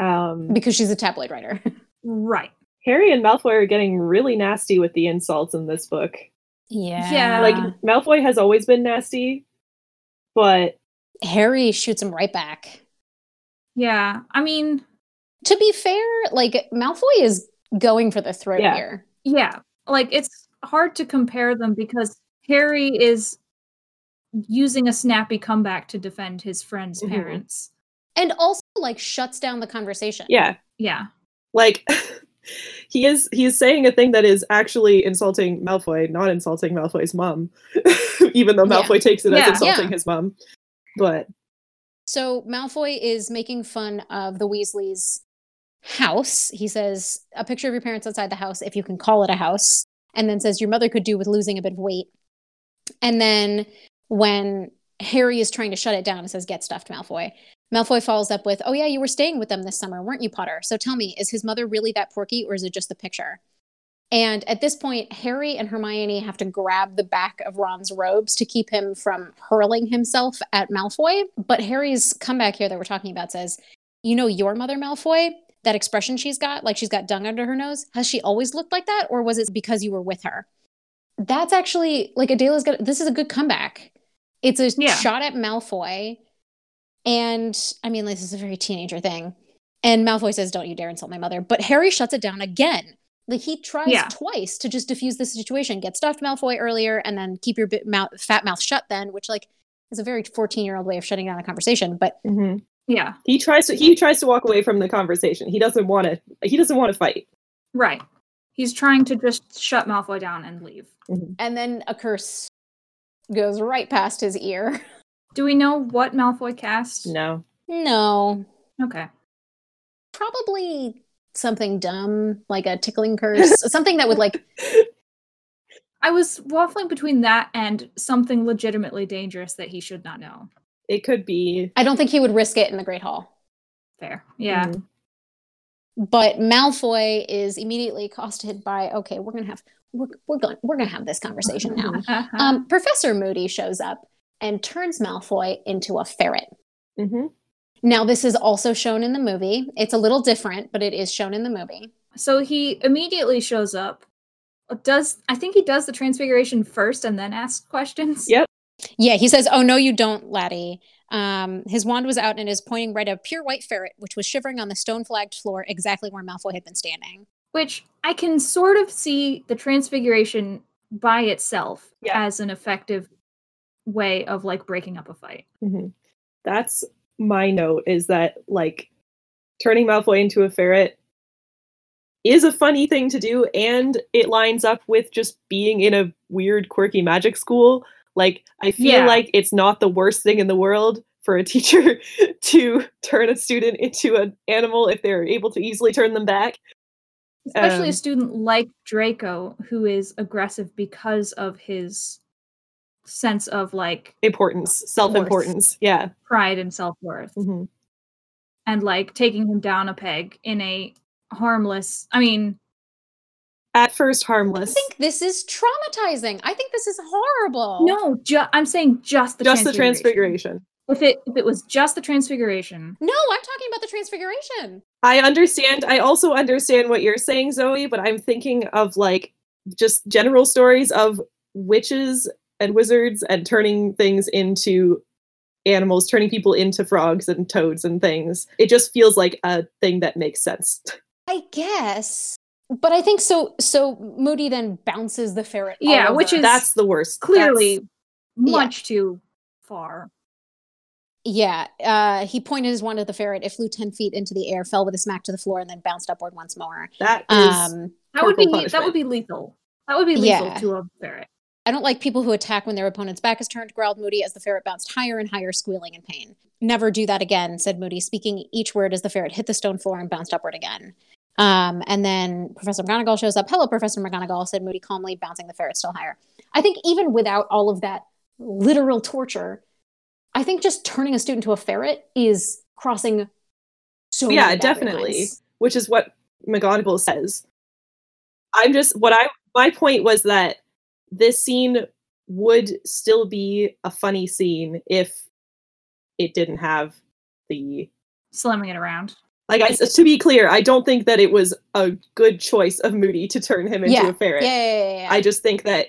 Speaker 2: um,
Speaker 1: because she's a tabloid writer.
Speaker 3: Right.
Speaker 2: Harry and Malfoy are getting really nasty with the insults in this book.
Speaker 1: yeah,
Speaker 3: Yeah.
Speaker 2: Like
Speaker 1: Uh.
Speaker 3: Ah.
Speaker 2: Malfoy has always been nasty, but
Speaker 1: Harry shoots him right back.
Speaker 3: Yeah. I mean,
Speaker 1: To be fair, like Malfoy is going for the throat
Speaker 2: Yeah.
Speaker 1: here.
Speaker 3: yeah. Like it's hard to compare them because Harry is using a snappy comeback to defend his friend's
Speaker 2: Mhm.
Speaker 1: Mm-hmm.
Speaker 3: parents.
Speaker 1: and also like shuts down the conversation.
Speaker 2: yeah,
Speaker 3: Yeah.
Speaker 2: like he is he is saying a thing that is actually insulting Malfoy, not insulting Malfoy's mom, even though
Speaker 1: Yeah.
Speaker 2: Malfoy takes it as
Speaker 3: Yeah.
Speaker 2: insulting
Speaker 1: Yeah.
Speaker 2: his mom. But
Speaker 1: So Malfoy is making fun of the Weasleys' house. He says, "A picture of your parents outside the house, if you can call it a house," and then says, "Your mother could do with losing a bit of weight." And then when Harry is trying to shut it down, it says, "Get stuffed, Malfoy." Malfoy follows up with, "Oh yeah, you were staying with them this summer, weren't you, Potter? So tell me, is his mother really that porky, or is it just the picture?" And at this point, Harry and Hermione have to grab the back of Ron's robes to keep him from hurling himself at Malfoy. But Harry's comeback here that we're talking about says, You know, your mother, Malfoy, that expression she's got, like she's got dung under her nose, has she always looked like that? Or was it because you were with her? That's actually like Adela's got this is a good comeback. It's a
Speaker 3: Yeah.
Speaker 1: shot at Malfoy. And I mean, like, this is a very teenager thing. And Malfoy says, Don't you dare insult my mother. But Harry shuts it down again. Like he tries
Speaker 3: Yeah.
Speaker 1: twice to just diffuse the situation, get stuffed Malfoy earlier, and then keep your bit mouth, fat mouth shut. Then, which like is a very fourteen-year-old way of shutting down a conversation. But
Speaker 2: mhm.
Speaker 3: Yeah.
Speaker 2: he tries to he tries to walk away from the conversation. He doesn't want to he doesn't want to fight.
Speaker 3: Right. He's trying to just shut Malfoy down and leave.
Speaker 1: and then a curse goes right past his ear.
Speaker 3: Do we know what Malfoy cast?
Speaker 2: No.
Speaker 1: No,
Speaker 3: Okay.
Speaker 1: probably something dumb like a tickling curse, something that would like
Speaker 3: I was waffling between that and something legitimately dangerous that he should not know.
Speaker 2: It could be
Speaker 1: I don't think he would risk it in the Great Hall.
Speaker 3: Fair. Yeah.
Speaker 1: Mm-hmm.
Speaker 2: mhm.
Speaker 1: But Malfoy is immediately accosted by, okay, we're gonna have we're we're going we're gonna have this conversation now.
Speaker 3: Uh-huh.
Speaker 1: Um,
Speaker 3: Ah.
Speaker 1: Professor Moody shows up and turns Malfoy into a ferret.
Speaker 2: Mhm.
Speaker 1: Now, this is also shown in the movie. It's a little different, but it is shown in the movie.
Speaker 3: so he immediately shows up. Does I think he does the transfiguration first and then asks questions?
Speaker 2: Yep.
Speaker 1: Yeah, he says, Oh, no, you don't, laddie. Um, his wand was out and is pointing right at a pure white ferret, which was shivering on the stone flagged floor exactly where Malfoy had been standing.
Speaker 3: Which I can sort of see the transfiguration by itself
Speaker 2: Yeah.
Speaker 3: as an effective way of like breaking up a fight.
Speaker 2: Mhm. That's my note is that like turning Malfoy into a ferret is a funny thing to do and it lines up with just being in a weird quirky magic school. Like I feel
Speaker 3: Yeah.
Speaker 2: like it's not the worst thing in the world for a teacher to turn a student into an animal if they're able to easily turn them back.
Speaker 3: Especially
Speaker 2: Um,
Speaker 3: a student like Draco who is aggressive because of his sense of like
Speaker 2: Importance, self-importance. Yeah.
Speaker 3: pride and self-worth.
Speaker 2: Mhm.
Speaker 3: and like taking him down a peg in a harmless i mean
Speaker 2: At first
Speaker 1: I
Speaker 2: harmless.
Speaker 1: think this is traumatizing. I think this is horrible.
Speaker 3: no ju- i'm saying just the
Speaker 2: just the transfiguration.
Speaker 3: if it if it was just the transfiguration
Speaker 1: No, I'm talking about the transfiguration.
Speaker 2: I understand. I also understand what you're saying, Zoe, but I'm thinking of like just general stories of witches and wizards and turning things into animals, turning people into frogs and toads and things. It just feels like a thing that makes sense.
Speaker 1: I guess. But I think so. So Moody then bounces the ferret. all
Speaker 3: Yeah, which
Speaker 1: over.
Speaker 3: is-
Speaker 2: That's the worst. That's-
Speaker 3: clearly
Speaker 1: yeah.
Speaker 3: much too far
Speaker 1: Yeah, uh, he pointed his wand at the ferret. It flew ten feet into the air, fell with a smack to the floor, and then bounced upward once more.
Speaker 2: that is
Speaker 1: Um,
Speaker 3: that would be
Speaker 2: Corporal
Speaker 3: that
Speaker 2: punishment.
Speaker 3: would be lethal that would be lethal
Speaker 1: Yeah.
Speaker 3: to a ferret
Speaker 1: I don't like people who attack when their opponent's back is turned. Growled Moody as the ferret bounced higher and higher, squealing in pain. Never do that again," said Moody, speaking each word as the ferret hit the stone floor and bounced upward again. Um, and then Professor McGonagall shows up. "Hello, Professor McGonagall," said Moody calmly, bouncing the ferret still higher. I think even without all of that literal torture, I think just turning a student to a ferret is crossing. So many
Speaker 2: Yeah,
Speaker 1: boundary
Speaker 2: definitely.
Speaker 1: lines.
Speaker 2: which is what McGonagall says. I'm just what I my point was that this scene would still be a funny scene if it didn't have the
Speaker 3: slamming it around.
Speaker 2: like I, to be clear, I don't think that it was a good choice of Moody to turn him into a ferret.
Speaker 1: Yeah, yeah, yeah, yeah.
Speaker 2: I just think that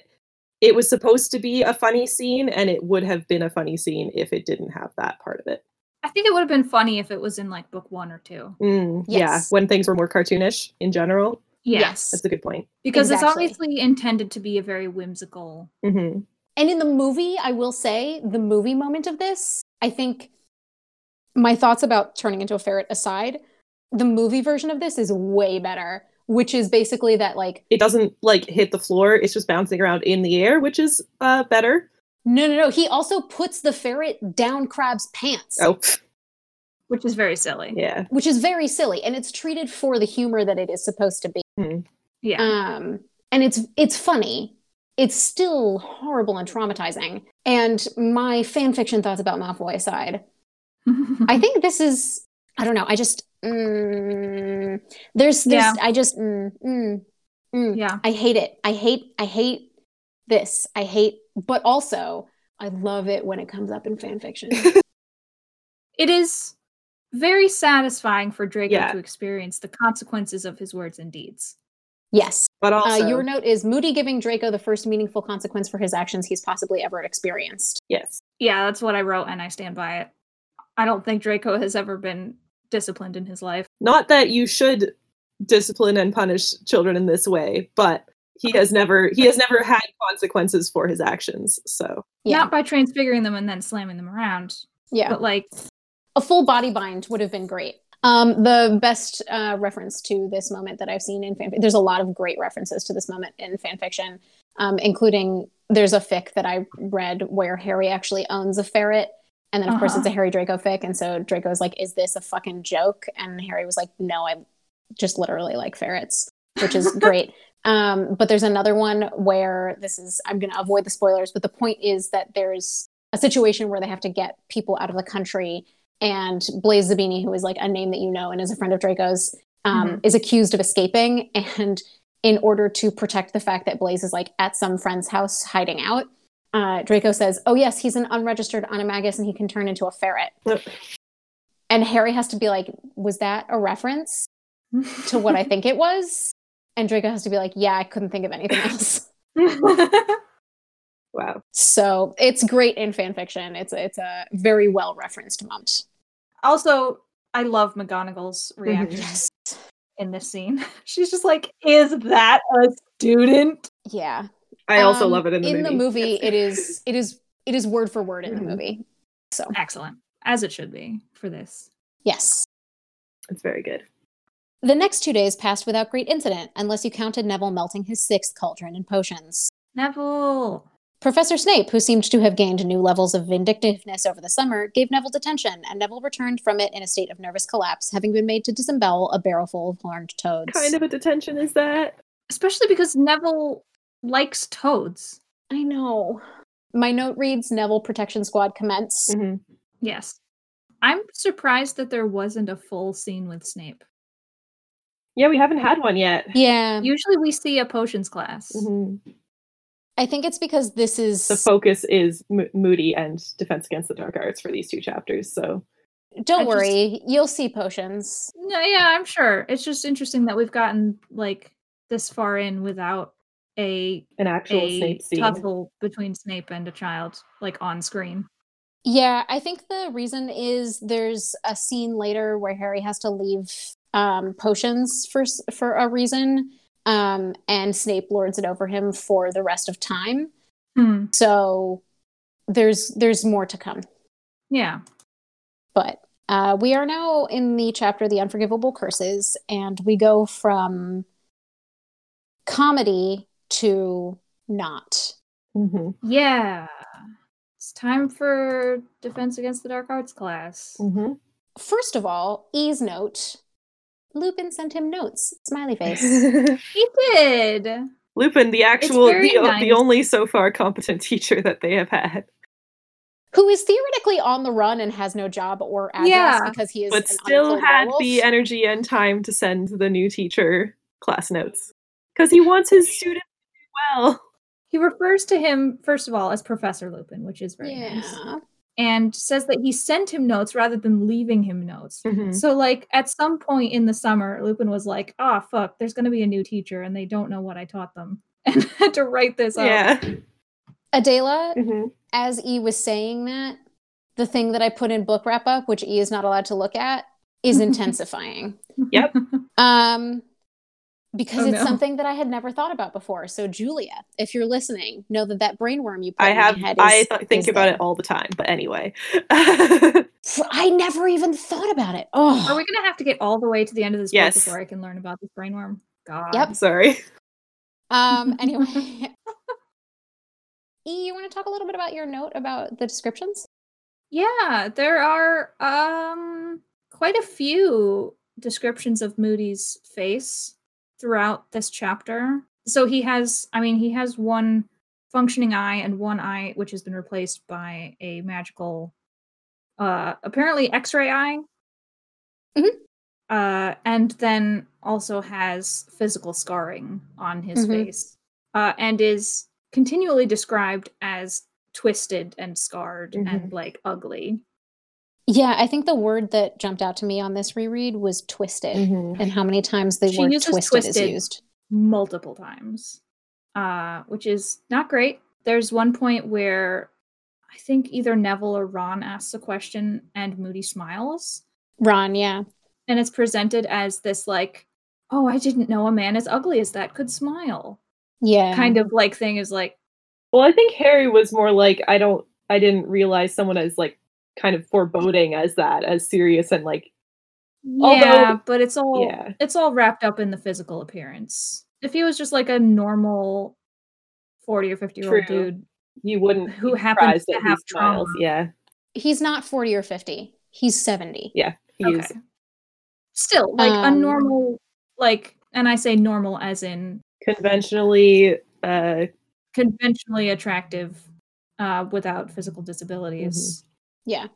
Speaker 2: it was supposed to be a funny scene and it would have been a funny scene if it didn't have that part of it.
Speaker 3: I think it would have been funny if it was in like book one or two.
Speaker 2: Mm, Yeah,
Speaker 1: Yes.
Speaker 2: when things were more cartoonish in general.
Speaker 1: yes.
Speaker 2: That's a good point.
Speaker 3: because
Speaker 1: exactly.
Speaker 3: it's obviously intended to be a very whimsical.
Speaker 2: hmm
Speaker 1: And in the movie, I will say the movie moment of this, I think my thoughts about turning into a ferret aside, the movie version of this is way better, which is basically that like,
Speaker 2: It doesn't like hit the floor, it's just bouncing around in the air, which is uh, better.
Speaker 1: no, no, no. He also puts the ferret down Crab's pants,
Speaker 2: Oh,
Speaker 3: Which is very silly.
Speaker 2: yeah.
Speaker 1: which is very silly. And it's treated for the humor that it is supposed to be.
Speaker 3: Yeah.
Speaker 1: um and it's it's funny it's still horrible and traumatizing and my fan fiction thoughts about malfoy aside Um, i think this is i don't know i just mm, there's there's
Speaker 3: Yeah.
Speaker 1: i just mm, mm, mm.
Speaker 3: yeah.
Speaker 1: i hate it i hate i hate this i hate but also i love it when it comes up in fan fiction
Speaker 3: It is very satisfying for Draco
Speaker 2: Yeah.
Speaker 3: to experience the consequences of his words and deeds.
Speaker 1: yes
Speaker 2: But also,
Speaker 1: uh, your note is moody giving draco the first meaningful consequence for his actions he's possibly ever experienced
Speaker 2: yes.
Speaker 3: Yeah, that's what I wrote and I stand by it. I don't think Draco has ever been disciplined in his life.
Speaker 2: Not that you should discipline and punish children in this way, but he has never he has never had consequences for his actions. So
Speaker 1: yeah
Speaker 3: Not by transfiguring them and then slamming them around,
Speaker 1: yeah
Speaker 3: but like
Speaker 1: a full body bind would have been great. Um, the best uh, reference to this moment that I've seen in fan there's a lot of great references to this moment in fan fiction, um, including there's a fic that I read where Harry actually owns a ferret, and then of course
Speaker 3: Uh-huh.
Speaker 1: it's a Harry Draco fic, and so Draco's like, "Is this a fucking joke?" And Harry was like, "No, I just literally like ferrets," which is great. Um, but there's another one where this is I'm going to avoid the spoilers, but the point is that there's a situation where they have to get people out of the country and Blaze Zabini, who is like a name that you know and is a friend of Draco's, um, is accused of escaping. And in order to protect the fact that Blaze is like at some friend's house hiding out, uh, Draco says, "Oh yes, he's an unregistered animagus and he can turn into a ferret."
Speaker 2: Yep.
Speaker 1: And Harry has to be like, "Was that a reference to what I think it was?" And Draco has to be like, "Yeah, I couldn't think of anything else."
Speaker 2: wow.
Speaker 1: so it's great in fan fiction. It's it's a very well referenced moment.
Speaker 3: also I love McGonagall's reaction
Speaker 1: Yes.
Speaker 3: in this scene. She's just like, "Is that a student?"
Speaker 1: Yeah.
Speaker 2: I also
Speaker 1: Um,
Speaker 2: love it in the movie.
Speaker 1: it is it is it is word for word in
Speaker 2: Mhm.
Speaker 1: the movie. So
Speaker 3: Excellent, as it should be for this.
Speaker 1: yes.
Speaker 2: It's very good.
Speaker 1: The next two days passed without great incident, unless you counted Neville melting his sixth cauldron and potions.
Speaker 3: Neville.
Speaker 1: Professor Snape, who seemed to have gained new levels of vindictiveness over the summer, gave Neville detention, and Neville returned from it in a state of nervous collapse, having been made to disembowel a barrelful of horned toads.
Speaker 2: What kind of a detention is that?
Speaker 3: Especially because Neville likes toads.
Speaker 1: I know. My note reads Neville Protection Squad commence.
Speaker 2: Mhm.
Speaker 3: Yes. I'm surprised that there wasn't a full scene with Snape.
Speaker 2: Yeah, we haven't had one yet. Um,
Speaker 1: Yeah.
Speaker 3: Usually we see a potions class.
Speaker 2: Mhm.
Speaker 1: I think it's because this is
Speaker 2: The focus is Mo- Moody and Defense Against the Dark Arts for these two chapters. So
Speaker 1: Don't
Speaker 3: I just-
Speaker 1: worry, you'll see potions.
Speaker 3: No, yeah, I'm sure. It's just interesting that we've gotten like this far in without a
Speaker 2: an actual
Speaker 3: a
Speaker 2: Snape scene.
Speaker 3: tussle between Snape and a child like on screen.
Speaker 1: Yeah, I think the reason is there's a scene later where Harry has to leave um, potions for s- for a reason, um, and Snape lords it over him for the rest of time.
Speaker 3: Hmm.
Speaker 1: So there's there's more to come,
Speaker 3: Yeah.
Speaker 1: but uh, we are now in the chapter "The Unforgivable Curses," and we go from comedy to not.
Speaker 2: Mhm,
Speaker 3: Yeah. It's time for Defense Against the Dark Arts class.
Speaker 2: mhm.
Speaker 1: First of all, E's note. Lupin sent him notes. Smiley face.
Speaker 3: He did.
Speaker 2: Lupin, the actual,
Speaker 3: very
Speaker 2: the, o- the
Speaker 3: nice.
Speaker 2: only so far competent teacher that they have had,
Speaker 1: who is theoretically on the run and has no job or address
Speaker 3: Yeah.
Speaker 1: because he is
Speaker 2: but
Speaker 1: an
Speaker 2: still
Speaker 1: unemployed
Speaker 2: had
Speaker 1: werewolf.
Speaker 2: the energy and time to send the new teacher class notes because he wants his students to do well.
Speaker 3: He refers to him, first of all, as Professor Lupin, which is very nice.
Speaker 1: yeah
Speaker 3: and says that he sent him notes rather than leaving him notes.
Speaker 2: Mhm.
Speaker 3: So, like, at some point in the summer, Lupin was like, ah, fuck, there's going to be a new teacher and they don't know what I taught them. And had to write this up.
Speaker 2: Yeah.
Speaker 1: Adela,
Speaker 3: mm-hmm.
Speaker 2: hmm
Speaker 1: as E was saying that, the thing that I put in book wrap up, which E is not allowed to look at, is intensifying.
Speaker 2: Yep.
Speaker 1: Um, because
Speaker 3: Oh,
Speaker 1: it's
Speaker 3: no.
Speaker 1: something that I had never thought about before. So, Julia, if you're listening, know that that brainworm you put
Speaker 2: I
Speaker 1: in
Speaker 2: have.
Speaker 1: my head is.
Speaker 2: I th- think
Speaker 1: is
Speaker 2: about
Speaker 1: there.
Speaker 2: it all the time. But anyway.
Speaker 1: Pff, I never even thought about it. Oh,
Speaker 3: Are we going to have to get all the way to the end of this
Speaker 2: Yes.
Speaker 3: book before I can learn about this brainworm? God.
Speaker 1: Yep.
Speaker 2: Sorry.
Speaker 1: um, anyway. E, you want to talk a little bit about your note about the descriptions?
Speaker 3: Yeah, there are um quite a few descriptions of Moody's face throughout this chapter. So he has I mean he has one functioning eye and one eye which has been replaced by a magical uh apparently x-ray eye.
Speaker 1: Mhm.
Speaker 3: Uh and then also has physical scarring on his
Speaker 1: Mhm.
Speaker 3: face. Uh and is continually described as twisted and scarred
Speaker 2: Mm-hmm.
Speaker 3: and like ugly.
Speaker 1: Yeah, I think the word that jumped out to me on this reread was twisted,
Speaker 3: Mm-hmm.
Speaker 1: and how many times the
Speaker 3: She
Speaker 1: word
Speaker 3: uses
Speaker 1: twisted,
Speaker 3: twisted.
Speaker 1: is used.
Speaker 3: multiple times, uh, which is not great. There's one point where I think either Neville or Ron asks a question and Moody smiles,
Speaker 1: Ron, yeah.
Speaker 3: and it's presented as this, like, oh, I didn't know a man as ugly as that could smile
Speaker 1: Yeah.
Speaker 3: kind of like thing is like,
Speaker 2: Well, I think Harry was more like I don't I didn't realize someone as like kind of foreboding as that, as serious and like Although-
Speaker 3: yeah, but it's all
Speaker 2: yeah.
Speaker 3: it's all wrapped up in the physical appearance. If he was just like a normal 40 or 50 year old
Speaker 2: True.
Speaker 3: dude
Speaker 2: You wouldn't be
Speaker 3: who happens
Speaker 2: surprised
Speaker 3: to
Speaker 2: that he
Speaker 3: have trauma.
Speaker 2: smiles. Yeah.
Speaker 1: He's not 40 or 50. He's 70.
Speaker 2: He's
Speaker 3: Okay. Still, like a
Speaker 1: Um,
Speaker 3: normal, like, and I say normal as in
Speaker 2: conventionally uh
Speaker 3: conventionally attractive, uh, without physical disabilities.
Speaker 1: Yeah.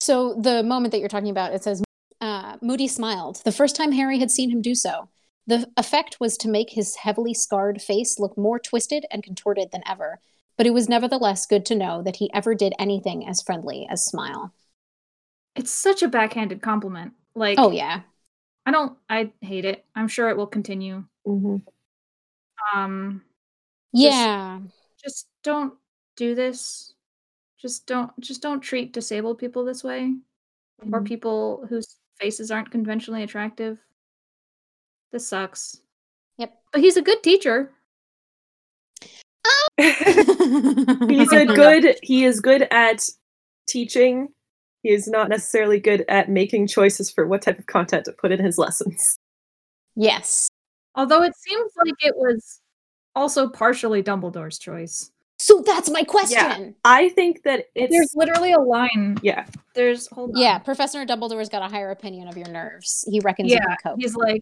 Speaker 1: So the moment that you're talking about, it says uh, Moody smiled. The first time Harry had seen him do so, the effect was to make his heavily scarred face look more twisted and contorted than ever. But it was nevertheless good to know that he ever did anything as friendly as smile.
Speaker 3: It's such a backhanded compliment. Like,
Speaker 1: Oh yeah,
Speaker 3: I don't, I hate it. I'm sure it will continue.
Speaker 2: mhm.
Speaker 3: Um, Just-
Speaker 1: yeah.
Speaker 3: just don't do this. Just don't, just don't treat disabled people this way
Speaker 2: Mm-hmm.
Speaker 3: or people whose faces aren't conventionally attractive. This sucks.
Speaker 1: Yep.
Speaker 3: But he's a good teacher.
Speaker 2: he's
Speaker 1: He's
Speaker 2: a good he is good at teaching. He is not necessarily good at making choices for what type of content to put in his lessons.
Speaker 1: yes.
Speaker 3: Although it seems like it was also partially Dumbledore's choice.
Speaker 1: So that's my question.
Speaker 2: I think that it's
Speaker 3: There's literally a line.
Speaker 2: Yeah.
Speaker 3: There's hold on.
Speaker 1: Yeah, Professor Dumbledore's got a higher opinion of your nerves. He reckons you
Speaker 3: Yeah,
Speaker 1: can cope.
Speaker 3: He's like,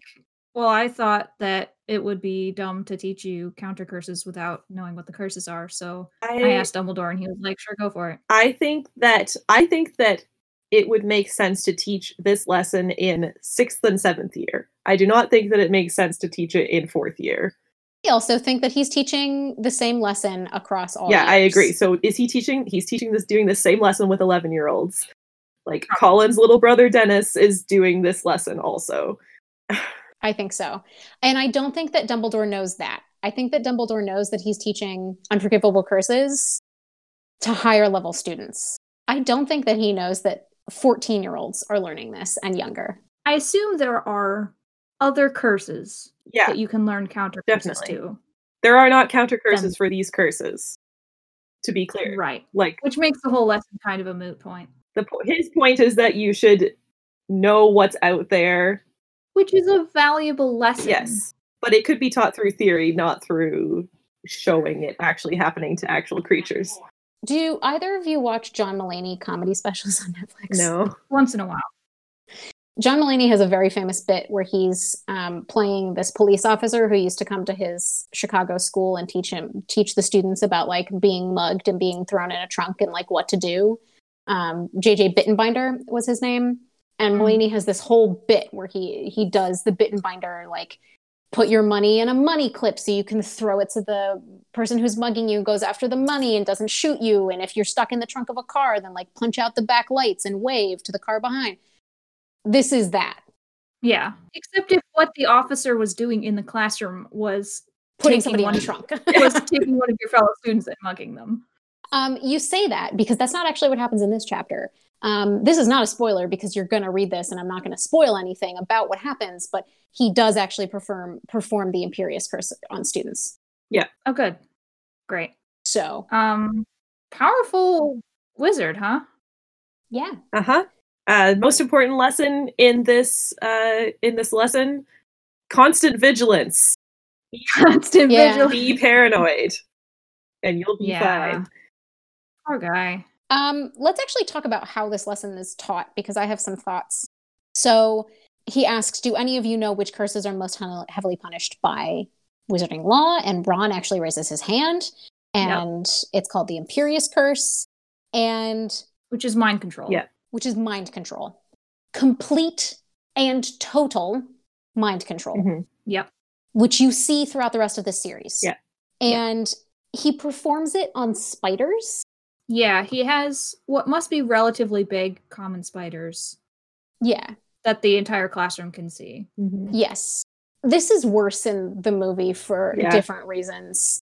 Speaker 3: well, I thought that it would be dumb to teach you counter curses without knowing what the curses are. So I asked Dumbledore, and he was like, sure, go for it.
Speaker 2: I think that I think that it would make sense to teach this lesson in sixth and seventh year. I do not think that it makes sense to teach it in fourth year.
Speaker 1: I also think that he's teaching the same lesson across all.
Speaker 2: yeah, I agree.
Speaker 1: years.
Speaker 2: So is he teaching? He's teaching this, doing the same lesson with eleven year olds. Like Colin's little brother Dennis is doing this lesson also.
Speaker 1: I think so. And I don't think that Dumbledore knows that. I think that Dumbledore knows that he's teaching unforgivable curses to higher level students. I don't think that he knows that 14 year olds are learning this and younger.
Speaker 3: I assume there are other curses
Speaker 2: Yeah,
Speaker 3: that you can learn counter curses
Speaker 2: Definitely.
Speaker 3: to.
Speaker 2: there are not counter curses for these curses. To be clear,
Speaker 3: Right.
Speaker 2: like
Speaker 3: Which makes the whole lesson kind of a moot point.
Speaker 2: the po- his point is that you should know what's out there
Speaker 3: Which is a valuable lesson.
Speaker 2: Yes. But it could be taught through theory, not through showing it actually happening to actual creatures.
Speaker 1: Do either of you watch John Mullaney comedy specials on Netflix?
Speaker 2: No.
Speaker 3: Once in a while.
Speaker 1: John Mulaney has a very famous bit where he's um, playing this police officer who used to come to his Chicago school and teach him teach the students about like being mugged and being thrown in a trunk and like what to do. Um, JJ Bittenbinder was his name, and
Speaker 3: Mhm.
Speaker 1: Mulaney has this whole bit where he he does the Bittenbinder like put your money in a money clip so you can throw it to the person who's mugging you and goes after the money and doesn't shoot you and if you're stuck in the trunk of a car then like punch out the back lights and wave to the car behind this is that
Speaker 3: Yeah. Except if what the officer was doing in the classroom was
Speaker 1: putting
Speaker 3: Taking
Speaker 1: somebody on a
Speaker 3: one-
Speaker 1: trunk
Speaker 3: was taking one of your fellow students and mugging them.
Speaker 1: Um, you say that because that's not actually what happens in this chapter. Um, this is not a spoiler because you're going to read this, and I'm not going to spoil anything about what happens. But he does actually perform perform the imperious curse on students.
Speaker 3: Oh, good. Great.
Speaker 1: So
Speaker 3: Um, powerful wizard, huh?
Speaker 1: yeah,
Speaker 2: Uh-huh. Uh most important lesson in this uh in this lesson, constant vigilance.
Speaker 3: Constant
Speaker 1: Yeah.
Speaker 3: vigilance.
Speaker 2: Be paranoid and you'll be
Speaker 3: Yeah.
Speaker 2: fine.
Speaker 3: Poor guy.
Speaker 1: Um, let's actually talk about how this lesson is taught because I have some thoughts. So he asks, "Do any of you know which curses are most hea- heavily punished by wizarding law?" And Ron actually raises his hand,
Speaker 3: Yep.
Speaker 1: and it's called the Imperious Curse, and
Speaker 3: Which is mind control.
Speaker 2: Yeah.
Speaker 1: which is mind control, complete and total mind control
Speaker 2: Mhm.
Speaker 3: Yep.
Speaker 1: which you see throughout the rest of the series.
Speaker 2: Yeah. Yeah.
Speaker 1: And he performs it on spiders.
Speaker 3: Yeah, he has what must be relatively big common spiders
Speaker 1: Yeah.
Speaker 3: that the entire classroom can see.
Speaker 1: Mm-hmm.
Speaker 2: Mhm.
Speaker 1: Yes. This is worse in the movie for
Speaker 2: Yeah.
Speaker 1: different reasons.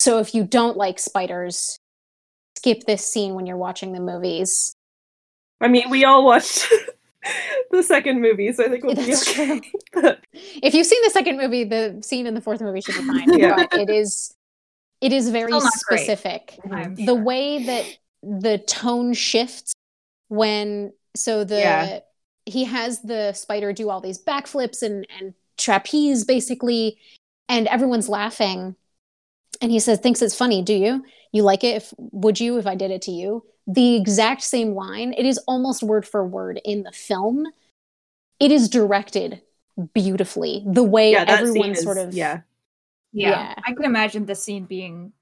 Speaker 1: So if you don't like spiders, skip this scene when you're watching the movies.
Speaker 2: I mean, we all watched the second movie, so I think we'll be
Speaker 1: That's
Speaker 2: okay.
Speaker 1: true. If you've seen the second movie, the scene in the fourth movie should be fine.
Speaker 2: Yeah.
Speaker 1: But it is it is very
Speaker 3: Still not great.
Speaker 1: specific.
Speaker 3: I'm
Speaker 1: the
Speaker 3: sure.
Speaker 1: way that the tone shifts when so the
Speaker 2: Yeah.
Speaker 1: he has the spider do all these backflips and and trapeze basically and everyone's laughing and he says thinks it's funny do you you like it if would you if i did it to you the exact same line it is almost word for word in the film it is directed beautifully the way
Speaker 2: yeah, that
Speaker 1: everyone
Speaker 2: scene is,
Speaker 1: sort of
Speaker 2: yeah.
Speaker 3: Yeah.
Speaker 1: Yeah.
Speaker 3: I can imagine this scene being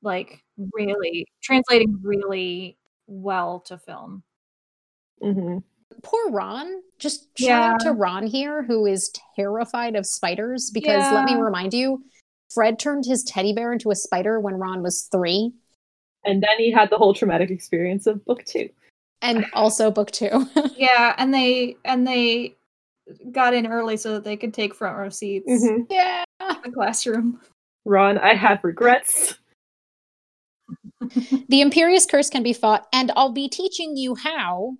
Speaker 3: like really translating really well to film.
Speaker 1: Mm-hmm.
Speaker 2: hmm
Speaker 1: poor Ron. Just shout out to Ron here, who is terrified of spiders. Because let me
Speaker 3: Yeah.
Speaker 1: remind you, Fred turned his teddy bear into a spider when Ron was three,
Speaker 2: And then he had the whole traumatic experience of book two.
Speaker 1: and also book two.
Speaker 3: Yeah, and they and they got in early so that they could take front row seats
Speaker 1: Mm-hmm.
Speaker 3: in
Speaker 2: Mhm.
Speaker 1: yeah.
Speaker 3: the classroom.
Speaker 2: Ron, I have regrets.
Speaker 1: The Imperious Curse can be fought, and I'll be teaching you how,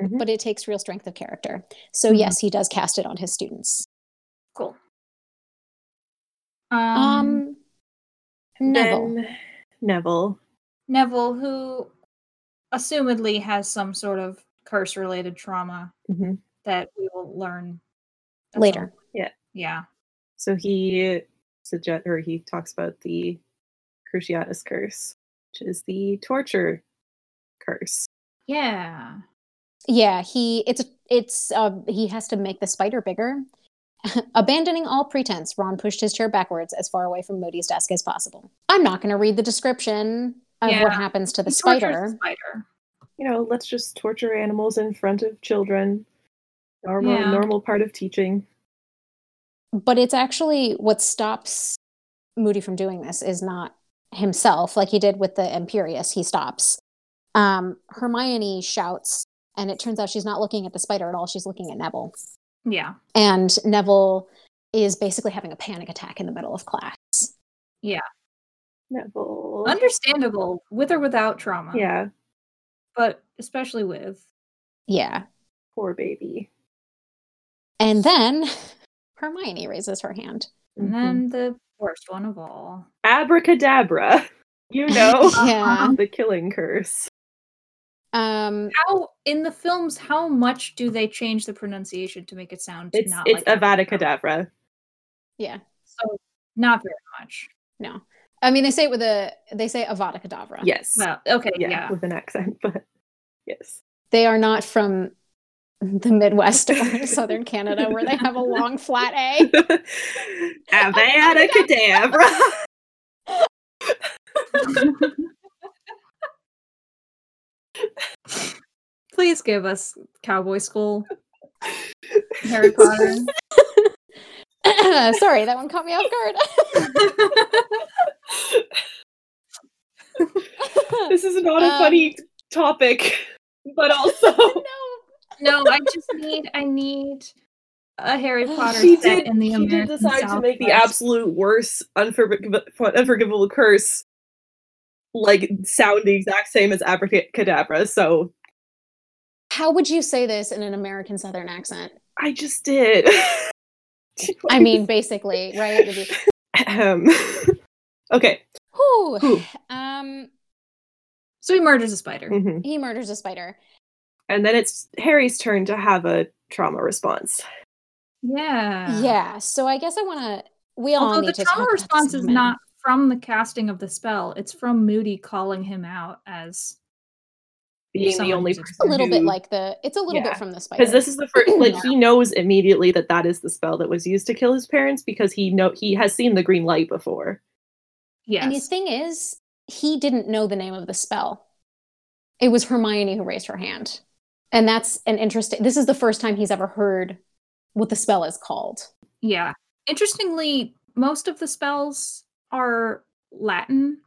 Speaker 2: Mhm.
Speaker 1: but it takes real strength of character. So,
Speaker 3: Mhm.
Speaker 1: yes, he does cast it on his students.
Speaker 3: Cool.
Speaker 1: Um,
Speaker 3: Um,
Speaker 1: Neville.
Speaker 2: Then Neville.
Speaker 3: Neville, who assumedly has some sort of curse related trauma
Speaker 2: Mhm.
Speaker 3: that we will learn at some
Speaker 1: Mm-hmm. Later.
Speaker 3: point.
Speaker 2: Yeah.
Speaker 3: Yeah.
Speaker 2: So he suggest or he talks about the Cruciatus curse, which is the torture curse.
Speaker 3: Yeah.
Speaker 1: Yeah, he it's it's uh, he has to make the spider bigger. Abandoning all pretense, Ron pushed his chair backwards as far away from Moody's desk as possible. I'm not going to read the description of what
Speaker 3: Yeah.
Speaker 1: happens to the
Speaker 3: He tortures the
Speaker 1: spider.
Speaker 3: spider.
Speaker 2: You know, let's just torture animals in front of children. Normal
Speaker 3: Yeah.
Speaker 2: normal part of teaching.
Speaker 1: But it's actually what stops Moody from doing this is not himself, like he did with the Imperious. He stops. Um, Hermione shouts, and it turns out she's not looking at the spider at all. She's looking at Neville.
Speaker 3: Yeah.
Speaker 1: And Neville is basically having a panic attack in the middle of class.
Speaker 2: Neville.
Speaker 3: Understandable with or without trauma.
Speaker 2: yeah,
Speaker 3: But especially with.
Speaker 1: Yeah.
Speaker 2: poor baby.
Speaker 1: And then Hermione raises her hand.
Speaker 3: And
Speaker 2: Mhm.
Speaker 3: then the worst one of all.
Speaker 2: Abracadabra. You know
Speaker 3: Um,
Speaker 1: yeah.
Speaker 2: the killing curse.
Speaker 1: Um,
Speaker 3: How in the films, how much do they change the pronunciation to make it sound
Speaker 2: It's
Speaker 3: not
Speaker 2: it's
Speaker 3: like
Speaker 2: Avada
Speaker 3: So not very much.
Speaker 1: I mean, they say it with a they say Avada Kedavra.
Speaker 2: Yes.
Speaker 3: Well, okay,
Speaker 2: yeah,
Speaker 3: yeah.
Speaker 2: with an accent, but yes.
Speaker 1: They are not from the Midwest or Southern Canada where they have a long flat A.
Speaker 2: Avada
Speaker 3: Please give us Cowboy School, Harry Potter.
Speaker 1: Uh, sorry, that one caught me off guard.
Speaker 2: this is not a
Speaker 1: Um,
Speaker 2: funny topic, but also
Speaker 1: no.
Speaker 3: no, I just need I need a Harry Potter
Speaker 2: she
Speaker 3: set
Speaker 2: did.
Speaker 3: in the
Speaker 2: she did
Speaker 3: American
Speaker 2: decide to make the
Speaker 3: Southwest.
Speaker 2: absolute worst unforgivable, unforgivable curse like sound the exact same as abracadabra. So
Speaker 1: How would you say this in an American Southern accent?
Speaker 2: I just did.
Speaker 1: I mean, basically, right? It'd be-
Speaker 2: Ahem. okay.
Speaker 1: Whew.
Speaker 2: Whew.
Speaker 1: Um,
Speaker 3: So he murders a spider.
Speaker 2: mhm.
Speaker 1: he murders a spider.
Speaker 2: And then it's Harry's turn to have a trauma response.
Speaker 3: Yeah.
Speaker 1: yeah. So I guess I want to. We all
Speaker 3: Um, Although
Speaker 1: need
Speaker 3: the
Speaker 1: to talk
Speaker 3: trauma
Speaker 1: about this
Speaker 3: response is
Speaker 1: moment.
Speaker 3: not from the casting of the spell, it's from Moody calling him out as
Speaker 2: Being the
Speaker 3: Someone
Speaker 2: only
Speaker 3: who's
Speaker 2: person
Speaker 1: a little bit
Speaker 2: who-
Speaker 1: like the. It's a little
Speaker 2: Yeah.
Speaker 1: bit from the spider.
Speaker 2: because this is the first like he knows immediately that that is the spell that was used to kill his parents because he know he has seen the green light before
Speaker 3: yes.
Speaker 1: And the thing is, he didn't know the name of the spell. It was Hermione who raised her hand. And that's an interesting. This is the first time he's ever heard what the spell is called.
Speaker 3: Yeah. Interestingly, most of the spells are Latin,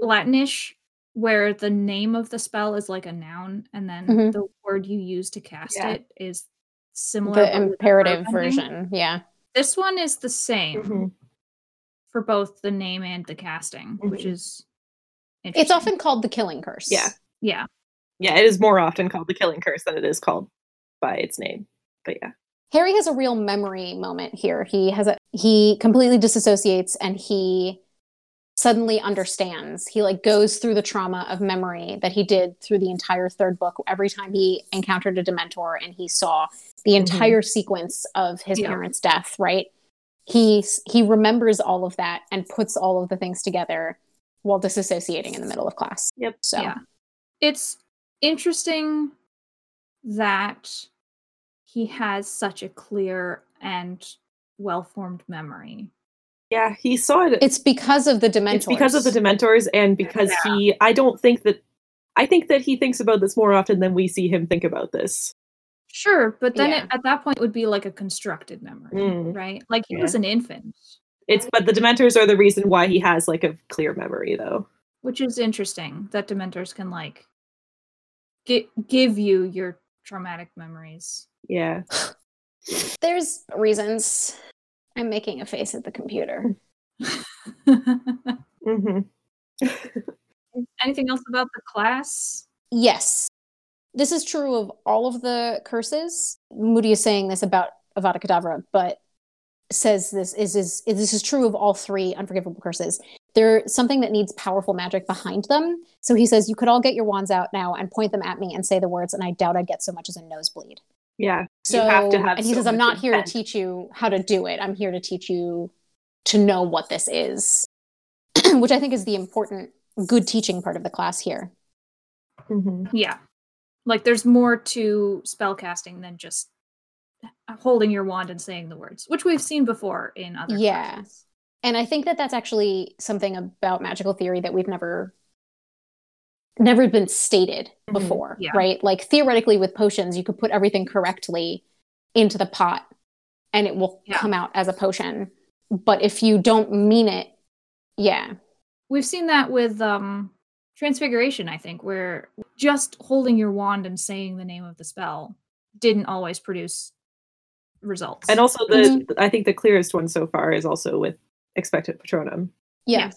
Speaker 3: Latinish, where the name of the spell is like a noun, and then
Speaker 1: Mhm.
Speaker 3: the word you use to cast
Speaker 2: Yeah.
Speaker 3: it is similar.
Speaker 1: the
Speaker 3: but with a
Speaker 1: imperative
Speaker 3: verb ending.
Speaker 1: version. Yeah.
Speaker 3: This one is the same
Speaker 2: Mm-hmm.
Speaker 1: Mm-hmm.
Speaker 3: for both the name and the casting, which is
Speaker 1: It's
Speaker 3: interesting.
Speaker 1: often called the killing curse.
Speaker 2: Yeah.
Speaker 3: yeah.
Speaker 2: yeah it is more often called the killing curse than it is called by its name but yeah
Speaker 1: Harry has a real memory moment here. He has a he completely disassociates and he suddenly understands. He like goes through the trauma of memory that he did through the entire third book every time he encountered a dementor and he saw the
Speaker 2: Mm-hmm.
Speaker 1: entire sequence of his
Speaker 3: Yeah.
Speaker 1: parents' death, right? He s- he remembers all of that and puts all of the things together while disassociating in the middle of class.
Speaker 2: Yep.
Speaker 1: So
Speaker 3: Yeah. It's interesting that he has such a clear and well-formed memory.
Speaker 2: yeah he saw it
Speaker 1: it's because of the dementors.
Speaker 2: it's because of the dementors and because he i don't think that i think that he thinks about this more often than we see him think about this
Speaker 3: Sure, but then
Speaker 1: Yeah.
Speaker 3: it, at that point it would be like a constructed memory,
Speaker 2: Mm.
Speaker 3: right? Like he
Speaker 2: Yeah.
Speaker 3: was an infant,
Speaker 2: it's but the dementors are the reason why he has like a clear memory though
Speaker 3: which is interesting that dementors can like gi- give you your traumatic memories.
Speaker 2: yeah
Speaker 1: There's reasons. I'm making a face at the computer.
Speaker 2: hmm
Speaker 3: Anything else about the class?
Speaker 1: Yes. This is true of all of the curses. Moody is saying this about Avada Kedavra, but says this is, is this is true of all three unforgivable curses. They're something that needs powerful magic behind them. So he says, You could all get your wands out now and point them at me and say the words, and I doubt I'd get so much as a nosebleed.
Speaker 2: yeah
Speaker 1: So,
Speaker 2: have to have
Speaker 1: and he
Speaker 2: so
Speaker 1: says, I'm
Speaker 2: much
Speaker 1: not here
Speaker 2: intent."
Speaker 1: to teach you how to do it. I'm here to teach you to know what this is, which I think is the important good teaching part of the class here.
Speaker 2: Mhm.
Speaker 3: Yeah. Like there's more to spell casting than just holding your wand and saying the words, which we've seen before in other
Speaker 1: Yeah.
Speaker 3: classes.
Speaker 1: and i think that that's actually something about magical theory that we've never never been stated
Speaker 2: Mhm.
Speaker 1: before
Speaker 3: Mm-hmm. Yeah.
Speaker 1: right like theoretically with potions you could put everything correctly into the pot and it will
Speaker 3: Yeah.
Speaker 1: come out as a potion but if you don't mean it yeah
Speaker 3: We've seen that with um Transfiguration, I think, where just holding your wand and saying the name of the spell didn't always produce results.
Speaker 2: And also the
Speaker 1: Mhm.
Speaker 2: th- I think the clearest one so far is also with expectant patronum.
Speaker 1: yeah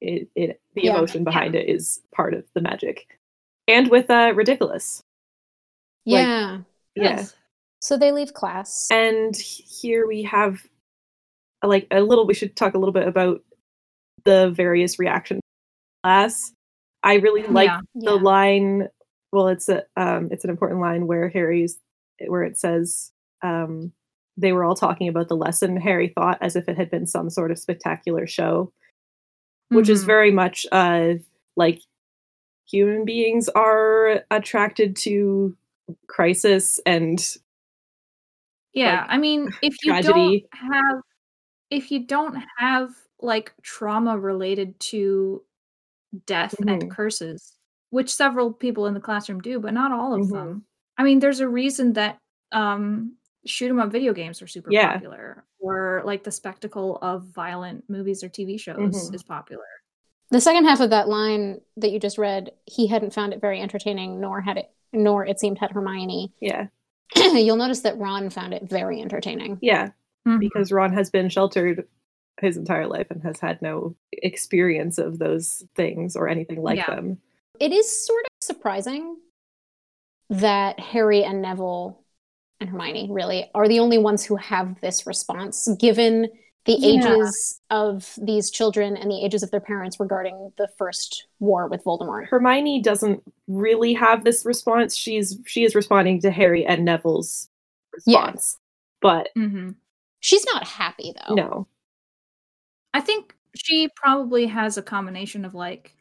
Speaker 2: It, it the
Speaker 1: Yeah.
Speaker 2: emotion behind it is part of the magic. And with uh ridiculous. Like-
Speaker 1: yeah
Speaker 2: Yeah.
Speaker 3: Yes.
Speaker 1: so they leave class
Speaker 2: And h- here we have uh, like a little we should talk a little bit about the various reactions in class. I really like
Speaker 3: yeah.
Speaker 1: yeah.
Speaker 2: the line well it's a um it's an important line where harry's where it says um they were all talking about the lesson harry thought as if it had been some sort of spectacular show which is
Speaker 3: Mhm.
Speaker 2: very much uh like human beings are attracted to crisis and
Speaker 3: Yeah, I mean, if you
Speaker 2: tragedy.
Speaker 3: don't have if you don't have like trauma related to death
Speaker 2: Mhm.
Speaker 3: and curses, which several people in the classroom do, but not all of
Speaker 2: Mhm.
Speaker 3: them. I mean, there's a reason that um shoot 'em up video games are super
Speaker 2: Yeah.
Speaker 3: popular or like the spectacle of violent movies or tv shows
Speaker 2: Mhm.
Speaker 3: is popular
Speaker 1: The second half of that line that you just read, he hadn't found it very entertaining, nor had it, nor it seemed had Hermione.
Speaker 2: Yeah.
Speaker 1: You'll notice that Ron found it very entertaining.
Speaker 2: Yeah.
Speaker 3: Mhm.
Speaker 2: Because Ron has been sheltered his entire life and has had no experience of those things or anything like
Speaker 3: Yeah.
Speaker 2: them.
Speaker 1: It is sort of surprising that Harry and Neville and Hermione really are the only ones who have this response, given the
Speaker 3: Yeah.
Speaker 1: ages of these children and the ages of their parents regarding the first war with Voldemort.
Speaker 2: Hermione doesn't really have this response. She's she is responding to Harry and Neville's
Speaker 1: Yeah.
Speaker 2: response. But
Speaker 3: hmm
Speaker 1: She's not happy though.
Speaker 2: no.
Speaker 3: i think she probably has a combination of like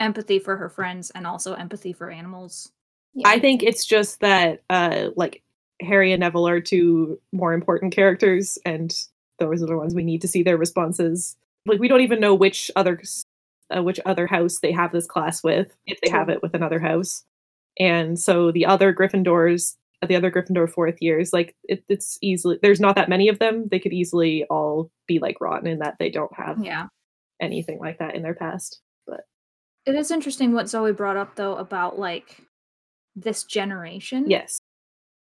Speaker 3: empathy for her friends and also empathy for animals
Speaker 1: Yeah.
Speaker 2: I think it's just that uh like Harry and Neville are two more important characters and those are the ones we need to see their responses. Like we don't even know which other s- uh, which other house they have this class with if they have
Speaker 1: True.
Speaker 2: it with another house. And so the other Gryffindors the other Gryffindor fourth years, like it, it's easily there's not that many of them. They could easily all be like rotten in that they don't have
Speaker 3: yeah
Speaker 2: anything like that in their past.
Speaker 3: it is interesting what zoe brought up though about like this
Speaker 1: Mm-hmm.
Speaker 3: generation
Speaker 2: Yes.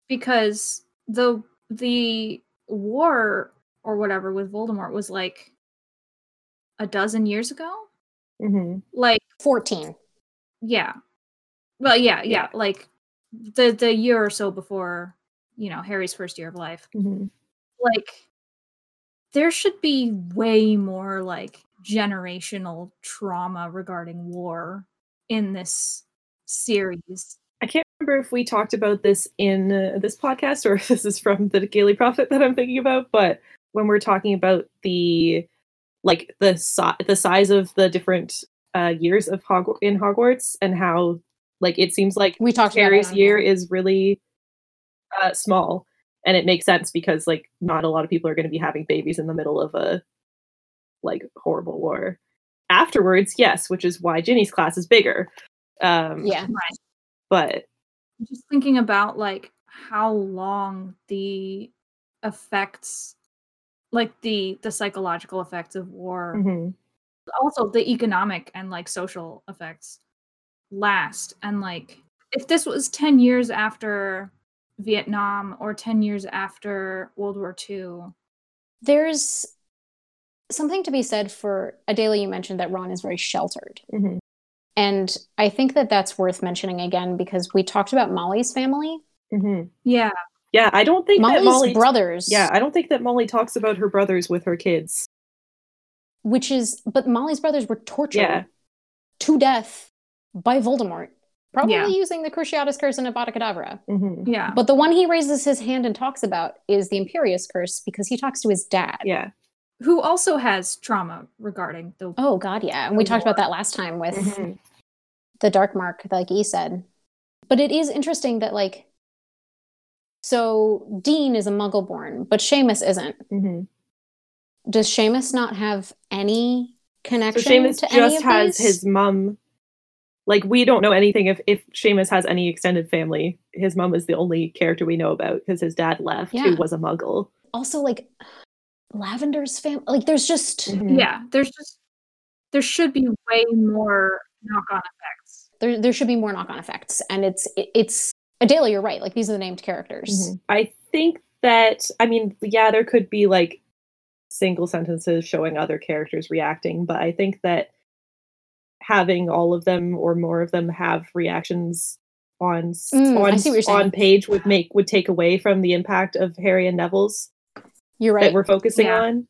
Speaker 3: because the the war or whatever with Voldemort was like a dozen years ago.
Speaker 2: hmm
Speaker 3: Like
Speaker 1: 14.
Speaker 3: yeah, well yeah, yeah
Speaker 2: Yeah.
Speaker 3: like the the year or so before you know Harry's first year of life.
Speaker 2: hmm
Speaker 3: Like there should be way more like generational trauma regarding war in this series.
Speaker 2: I can't remember if we talked about this in uh, this podcast or if this is from the Gaily Prophet that I'm thinking about, but when we're talking about the like the si- the size of the different uh, years of Hog- in Hogwarts and how like it seems like
Speaker 1: We talked about it
Speaker 2: Harry's
Speaker 1: on-
Speaker 2: year is really uh, small, and it makes sense because like not a lot of people are going to be having babies in the middle of a like horrible war. Afterwards, yes, which is why Ginny's class is bigger. Um,
Speaker 1: Yeah.
Speaker 2: but
Speaker 3: just thinking about like how long the effects like the the psychological effects of war
Speaker 2: mhm,
Speaker 3: also the economic and like social effects last and like if this was 10 years after vietnam or 10 years after world war ii
Speaker 1: There's something to be said for Adela. You mentioned that Ron is very sheltered.
Speaker 2: mhm.
Speaker 1: And I think that that's worth mentioning again because we talked about Molly's family.
Speaker 2: hmm
Speaker 3: yeah
Speaker 2: Yeah, I don't think
Speaker 1: Molly's
Speaker 2: that Molly.
Speaker 1: brothers.
Speaker 2: yeah, I don't think that Molly talks about her brothers with her kids.
Speaker 1: Which is, but Molly's brothers were tortured
Speaker 2: Yeah.
Speaker 1: to death by Voldemort, probably
Speaker 3: Yeah.
Speaker 1: using the Cruciatus curse and Avada Kedavra.
Speaker 2: hmm
Speaker 3: yeah
Speaker 1: But the one he raises his hand and talks about is the Imperious curse because he talks to his dad.
Speaker 2: Yeah,
Speaker 3: who also has trauma regarding the
Speaker 1: Oh, God, yeah. And we talked about that last time with.
Speaker 2: Mhm.
Speaker 1: the dark mark like e said but it is interesting that like so dean is a muggle born but Seamus isn't
Speaker 2: Mhm.
Speaker 1: does Seamus not have any
Speaker 2: So
Speaker 1: connection
Speaker 2: Seamus
Speaker 1: to any
Speaker 2: just
Speaker 1: of
Speaker 2: has
Speaker 1: these?
Speaker 2: his mum. Like we don't know anything if if Seamus has any extended family. His mum is the only character we know about because his dad left, who
Speaker 1: Yeah.
Speaker 2: was a Muggle.
Speaker 1: also like lavender's family like there's just
Speaker 2: Mm-hmm.
Speaker 3: yeah there's just there should be way more knock-on effects
Speaker 1: there, there should be more knock-on effects and it's it, it's adela you're right like these are the named characters
Speaker 2: Mhm. I think that I mean, yeah, there could be like single sentences showing other characters reacting, but I think that having all of them or more of them have reactions on s-
Speaker 1: Mm, I
Speaker 2: on
Speaker 1: see what you're
Speaker 2: s- on
Speaker 1: saying.
Speaker 2: page would make would take away from the impact of Harry and Neville's
Speaker 1: you're
Speaker 2: that
Speaker 1: right
Speaker 2: we're focusing
Speaker 3: Yeah.
Speaker 2: on.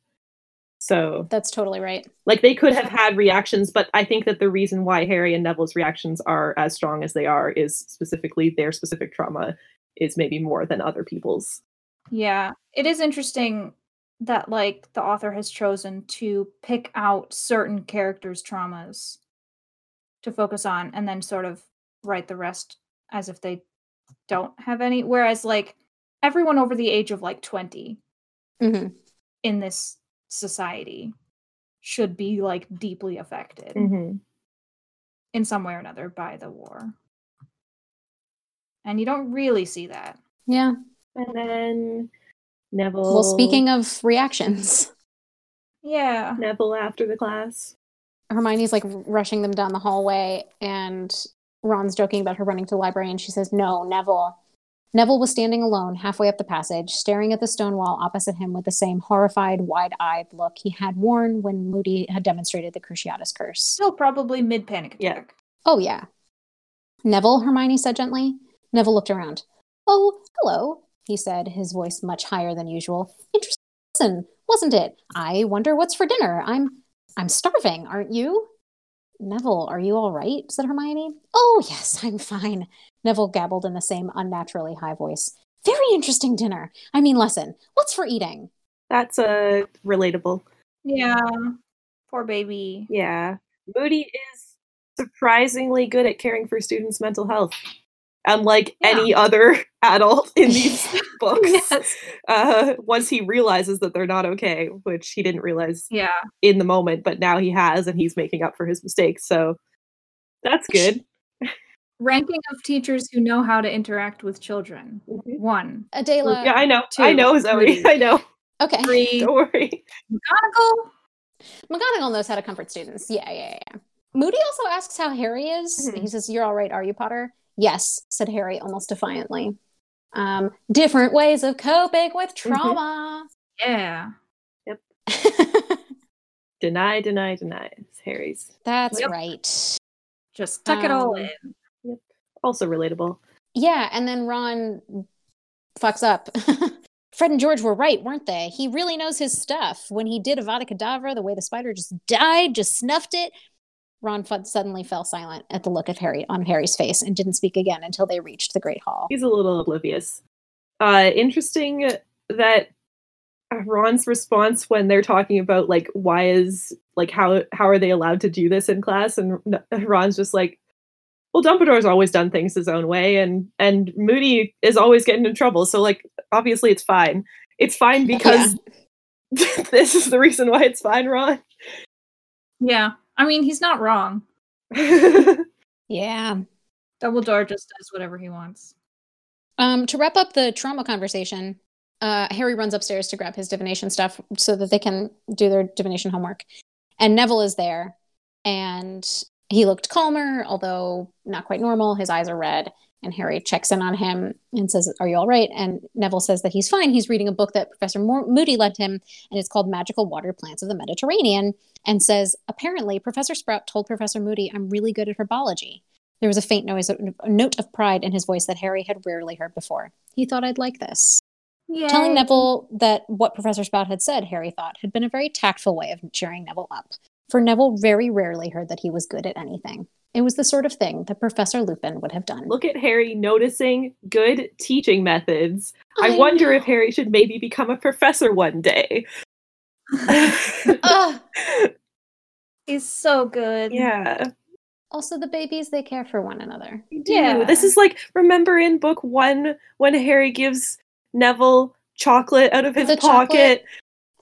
Speaker 2: So,
Speaker 1: that's totally right
Speaker 2: like they could have had reactions, but I think that the reason why Harry and Neville's reactions are as strong as they are is specifically their specific trauma is maybe more than other people's.
Speaker 3: Yeah, it is interesting that like the author has chosen to pick out certain characters' traumas to focus on and then sort of write the rest as if they don't have any whereas like everyone over the age of like 20
Speaker 1: Mhm.
Speaker 3: in this society should be like deeply affected
Speaker 1: Mm-hmm.
Speaker 2: hmm
Speaker 3: in some way or another by the war. And you don't really see that.
Speaker 1: yeah
Speaker 2: And then Neville.
Speaker 1: Well, speaking of reactions,
Speaker 3: Yeah.
Speaker 2: Neville after the class.
Speaker 1: Hermione's like rushing them down the hallway, and Ron's joking about her running to the library, and she says, No, Neville. Neville was standing alone halfway up the passage, staring at the stone wall opposite him with the same horrified, wide eyed look he had worn when Moody had demonstrated the Cruciatus curse.
Speaker 3: Still probably mid panic
Speaker 2: Yeah.
Speaker 3: attack.
Speaker 1: Oh, yeah. Neville, Hermione said gently. Neville looked around. Oh, hello, he said, his voice much higher than usual. Interesting, lesson, wasn't it? I wonder what's for dinner. I'm I'm starving, aren't you? Neville, are you all right? said Hermione. Oh, yes, I'm fine. Neville gabbled in the same unnaturally high voice. Very interesting dinner. I mean, lesson. What's for eating?
Speaker 2: That's uh, relatable.
Speaker 3: Yeah. Poor baby.
Speaker 2: Yeah. Moody is surprisingly good at caring for students' mental health, unlike
Speaker 3: Yeah.
Speaker 2: any other adult in these books.
Speaker 3: Yes.
Speaker 2: Uh, once he realizes that they're not okay, which he didn't realize
Speaker 3: Yeah.
Speaker 2: in the moment, but now he has and he's making up for his mistakes. So that's good.
Speaker 3: Ranking of teachers who know how to interact with children. One.
Speaker 1: Adela.
Speaker 2: yeah, I know. I
Speaker 3: two,
Speaker 2: know, Zoe.
Speaker 3: three.
Speaker 2: I know.
Speaker 1: Okay.
Speaker 3: Three.
Speaker 2: Don't worry.
Speaker 3: McGonagall.
Speaker 1: McGonagall knows how to comfort students. Yeah, yeah, yeah, yeah. Moody also asks how Harry is.
Speaker 2: Mhm.
Speaker 1: He says, You're all right, are you, Potter? Yes, said Harry almost defiantly. Um, different ways of coping with trauma.
Speaker 3: Yeah.
Speaker 2: Deny, deny, deny. It's Harry's.
Speaker 1: That's
Speaker 3: Yep.
Speaker 1: right.
Speaker 3: Just tuck it all
Speaker 1: Um,
Speaker 3: in.
Speaker 2: Also relatable.
Speaker 1: Yeah, and then Ron fucks up. Fred and George were right, weren't they? He really knows his stuff. When he did Avada Kedavra, the way the spider just died, just snuffed it. Ron Fudd suddenly fell silent at the look of Harry on Harry's face and didn't speak again until they reached the Great Hall.
Speaker 2: He's a little oblivious. Uh, interesting that Ron's response when they're talking about like why is like how how are they allowed to do this in class and Ron's just like well Dumbledore's always done things his own way and and Moody is always getting in trouble so like obviously it's fine it's fine because this is the reason why it's fine Ron
Speaker 3: Yeah. I mean, he's not wrong.
Speaker 1: Yeah.
Speaker 3: Dumbledore just does whatever he wants.
Speaker 1: Um, to wrap up the trauma conversation, uh, Harry runs upstairs to grab his divination stuff so that they can do their divination homework. And Neville is there, and he looked calmer, although not quite normal. His eyes are red, and Harry checks in on him and says, "Are you all right?" And Neville says that he's fine. He's reading a book that Professor Mo- Moody lent him, and it's called "Magical Water Plants of the Mediterranean." And says, "Apparently, Professor Sprout told Professor Moody I'm really good at herbology." There was a faint noise, a note of pride in his voice that Harry had rarely heard before. He thought I'd like this.
Speaker 3: Yeah.
Speaker 1: Telling Neville that what Professor Spout had said, Harry thought, had been a very tactful way of cheering Neville up, for Neville very rarely heard that he was good at anything. It was the sort of thing that Professor Lupin would have done.
Speaker 2: look at Harry noticing good teaching methods I wonder if Harry should maybe become a professor one day
Speaker 1: Ugh.
Speaker 3: He's so good.
Speaker 2: yeah
Speaker 1: also, the babies, they care for one another.
Speaker 2: They do.
Speaker 3: Yeah.
Speaker 2: This is like remember in book one when Harry gives Neville chocolate out of his
Speaker 1: The chocolate-
Speaker 2: pocket,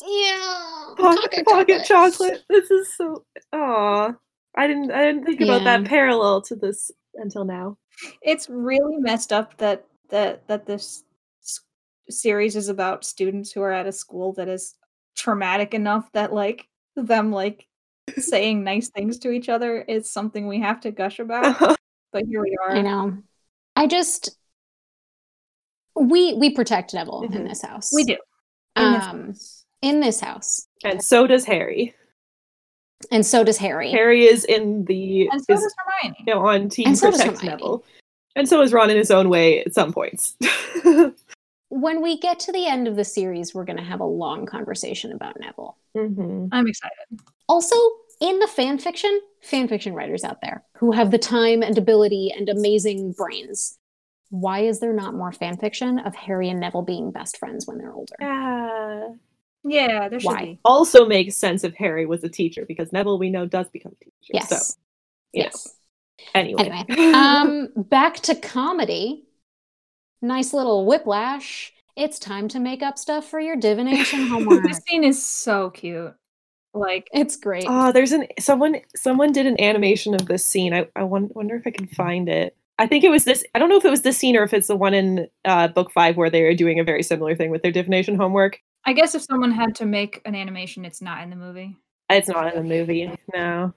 Speaker 1: Yeah.
Speaker 2: pocket, pocket chocolate. This is so aw. I didn't I didn't think about that
Speaker 1: Yeah.
Speaker 2: parallel to this until now.
Speaker 3: It's really messed up that that that this s- series is about students who are at a school that is traumatic enough that like them like saying nice things to each other is something we have to gush about. But here we
Speaker 1: I
Speaker 3: are.
Speaker 1: know. I just. We, we protect Neville in
Speaker 2: Mhm.
Speaker 1: this house.
Speaker 3: We do. in this
Speaker 1: Um,
Speaker 3: house.
Speaker 1: in this house,
Speaker 2: and so does Harry.
Speaker 1: and so does Harry.
Speaker 2: Harry is in the
Speaker 3: and so
Speaker 2: is,
Speaker 3: does Hermione.
Speaker 2: you know, on team
Speaker 1: And so does
Speaker 2: protect
Speaker 1: Hermione.
Speaker 2: Neville. And so is Ron in his own way at some points.
Speaker 1: When we get to the end of the series, we're going to have a long conversation about Neville.
Speaker 2: Mhm.
Speaker 3: I'm excited.
Speaker 1: Also, in the fan fiction, fan fiction writers out there who have the time and ability and amazing brains, why is there not more fan fiction of Harry and Neville being best friends when they're older?
Speaker 2: Yeah.
Speaker 3: Yeah, there should
Speaker 1: Why?
Speaker 3: be.
Speaker 2: Also makes sense if Harry was a teacher because Neville we know does become a teacher.
Speaker 1: Yes.
Speaker 2: So you know.
Speaker 1: Yes.
Speaker 2: anyway.
Speaker 1: Anyway, um, back to comedy. Nice little whiplash. It's time to make up stuff for your divination homework.
Speaker 3: This scene is so cute. Like
Speaker 1: it's great.
Speaker 2: Ah, oh, there's an someone someone did an animation of this scene. I I won- wonder if I can find it. I think it was this. I don't know if it was this scene or if it's the one in uh, book five where they are doing a very similar thing with their divination homework.
Speaker 3: I guess if someone had to make an animation, it's not in the movie.
Speaker 2: It's not in the movie. No.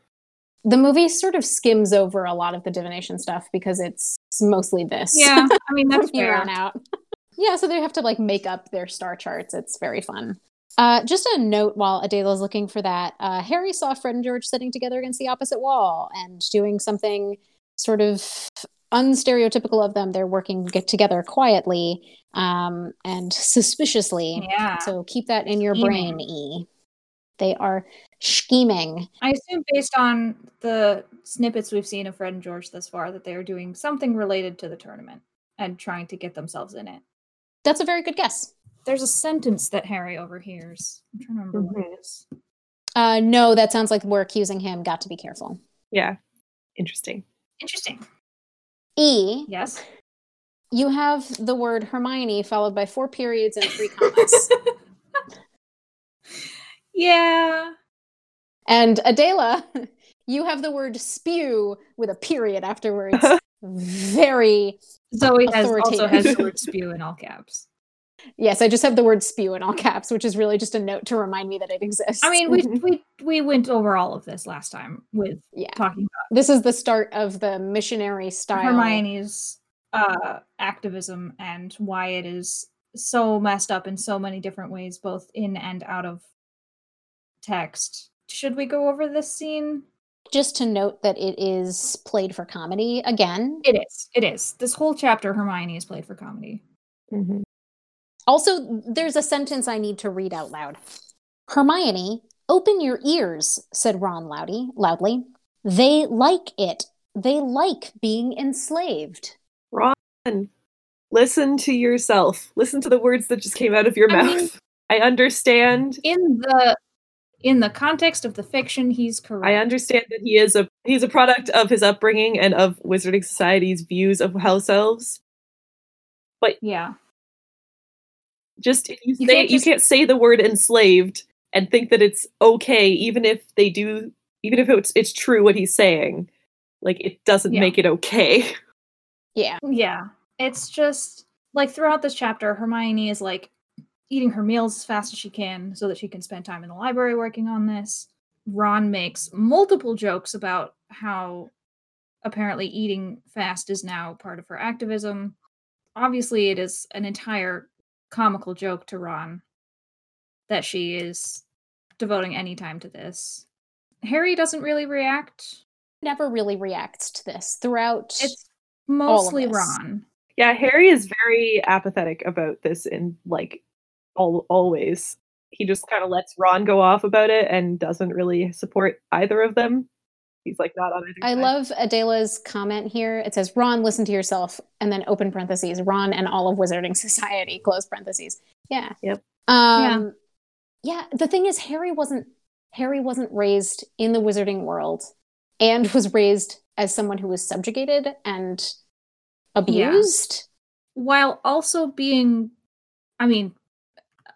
Speaker 1: The movie sort of skims over a lot of the divination stuff because it's mostly this.
Speaker 3: Yeah, I mean that's
Speaker 1: from here
Speaker 3: fair.
Speaker 1: on out. yeah, so they have to like make up their star charts. It's very fun. Uh, just a note while Adela's looking for that, uh, Harry saw Fred and George sitting together against the opposite wall and doing something sort of unstereotypical of them. They're working get together quietly um, and suspiciously.
Speaker 3: Yeah,
Speaker 1: So keep that in your
Speaker 3: Scheming.
Speaker 1: brain, E. They are scheming.
Speaker 3: I assume based on the snippets we've seen of Fred and George thus far that they are doing something related to the tournament and trying to get themselves in it.
Speaker 1: That's a very good guess.
Speaker 3: There's a sentence that Harry overhears. I'm trying to remember what it is.
Speaker 1: Uh, no, that sounds like we're accusing him. Got to be careful.
Speaker 2: Yeah. Interesting.
Speaker 3: Interesting.
Speaker 1: E,
Speaker 3: Yes.
Speaker 1: you have the word Hermione followed by four periods and three commas.
Speaker 3: Yeah.
Speaker 1: and Adela, you have the word spew with a period afterwards. very.
Speaker 3: Zoe has also has the
Speaker 2: Authoritative.
Speaker 3: word spew in all caps.
Speaker 1: Yes, I just have the word spew in all caps, which is really just a note to remind me that it exists.
Speaker 3: I mean, we
Speaker 2: Mhm.
Speaker 3: we we went over all of this last time with
Speaker 1: yeah.
Speaker 3: talking
Speaker 1: This is the start of the missionary style.
Speaker 3: Hermione's uh, activism and why it is so messed up in so many different ways, both in and out of text. Should we go over this scene?
Speaker 1: Just to note that it is played for comedy again.
Speaker 3: It is. It is. This whole chapter, Hermione is played for comedy.
Speaker 2: Mhm.
Speaker 1: Also, there's a sentence I need to read out loud. Hermione, open your ears, said Ron loudy, loudly. They like it. They like being enslaved.
Speaker 2: Ron, listen to yourself. Listen to the words that just came out of your
Speaker 3: I
Speaker 2: mouth.
Speaker 3: mean-
Speaker 2: I understand.
Speaker 3: In the in the context of the fiction, he's
Speaker 2: I
Speaker 3: correct.
Speaker 2: understand that he is a he's a product of his upbringing and of wizarding society's views of house elves.
Speaker 3: yeah.
Speaker 2: Just if you say you
Speaker 3: You can't
Speaker 2: can't,
Speaker 3: just-
Speaker 2: say the word enslaved and think that it's okay, even if they do, even if it's it's true what he's saying. Like it doesn't
Speaker 3: Yeah.
Speaker 2: make it okay.
Speaker 1: Yeah.
Speaker 3: Yeah. It's just like throughout this chapter, Hermione is like eating her meals as fast as she can so that she can spend time in the library working on this. Ron makes multiple jokes about how apparently eating fast is now part of her activism. Obviously, it is an entire comical joke to Ron that she is devoting any time to this. Harry doesn't really react.
Speaker 1: Never really reacts to this throughout.
Speaker 3: It's mostly
Speaker 1: this.
Speaker 3: Ron.
Speaker 2: Yeah, Harry is very apathetic about this in like all always. He just kind of lets Ron go off about it and doesn't really support either of them. He's like not on either
Speaker 1: I
Speaker 2: side.
Speaker 1: love Adela's comment here. It says, Ron, listen to yourself, and then open parentheses, Ron and all of Wizarding Society, close parentheses. Yeah.
Speaker 2: Yep.
Speaker 1: Um, yeah. The thing is, Harry wasn't Harry wasn't raised in the wizarding world and was raised as someone who was subjugated and abused.
Speaker 3: while also being i mean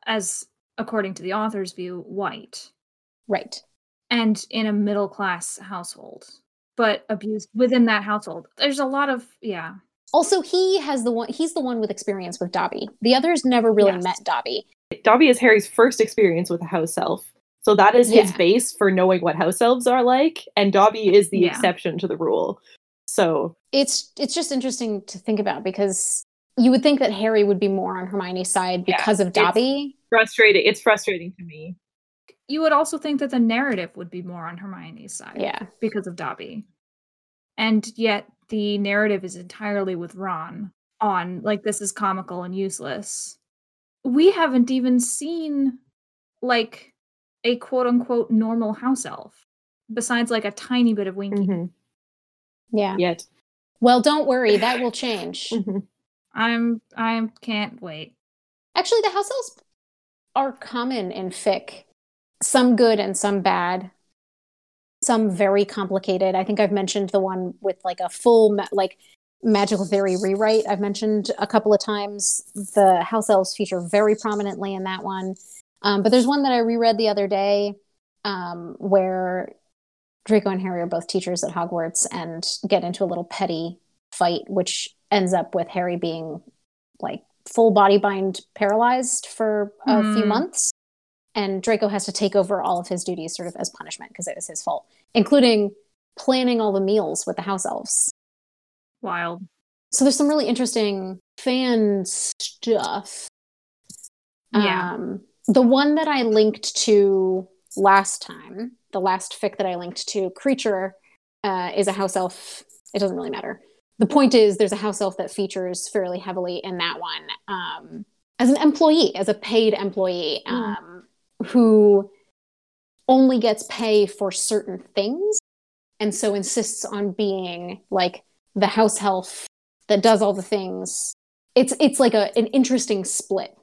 Speaker 3: as according to the author's view white
Speaker 1: Right.
Speaker 3: and in a middle class household but abused within that household there's a lot of yeah
Speaker 1: Also, he has the one he's the one with experience with Dobby. The others never really
Speaker 3: Yes.
Speaker 1: met Dobby.
Speaker 2: Dobby is Harry's first experience with a house elf. So that is his
Speaker 1: Yeah.
Speaker 2: base for knowing what house elves are like, and Dobby is the
Speaker 3: Yeah.
Speaker 2: exception to the rule. So
Speaker 1: it's it's just interesting to think about because you would think that Harry would be more on Hermione's side
Speaker 2: Yeah,
Speaker 1: because of
Speaker 2: it's-
Speaker 1: Dobby.
Speaker 2: frustrating. It's frustrating to me.
Speaker 3: you would also think that the narrative would be more on hermione's side
Speaker 1: Yeah.
Speaker 3: because of dobby and yet the narrative is entirely with ron on like this is comical and useless we haven't even seen like a quote unquote normal house elf besides like a tiny bit of winky
Speaker 2: Mm-hmm.
Speaker 1: Yeah.
Speaker 2: Yet,
Speaker 1: Well, don't worry, that will change.
Speaker 3: Mm-hmm.
Speaker 2: Mhm.
Speaker 3: i'm i can't wait
Speaker 1: Actually, the house elves are common in fic. Some good and some bad. Some very complicated. I think I've mentioned the one with like a full ma- like magical theory rewrite. I've mentioned a couple of times the house elves feature very prominently in that one. Um, but there's one that I reread the other day um, where Draco and Harry are both teachers at Hogwarts and get into a little petty fight, which ends up with Harry being like full body bind paralyzed for a few
Speaker 3: Hmm.
Speaker 1: months. And Draco has to take over all of his duties sort of as punishment because it was his fault, including planning all the meals with the house elves.
Speaker 3: Wild.
Speaker 1: So there's some really interesting fan stuff.
Speaker 3: Yeah.
Speaker 1: Um, the one that I linked to last time, the last fic that I linked to, Creature, uh, is a house elf. It doesn't really matter. The point is, there's a house elf that features fairly heavily in that one um, as an employee, as a paid employee
Speaker 2: Mm.
Speaker 1: um, who only gets pay for certain things and so insists on being like the house elf that does all the things. It's it's like a an interesting split.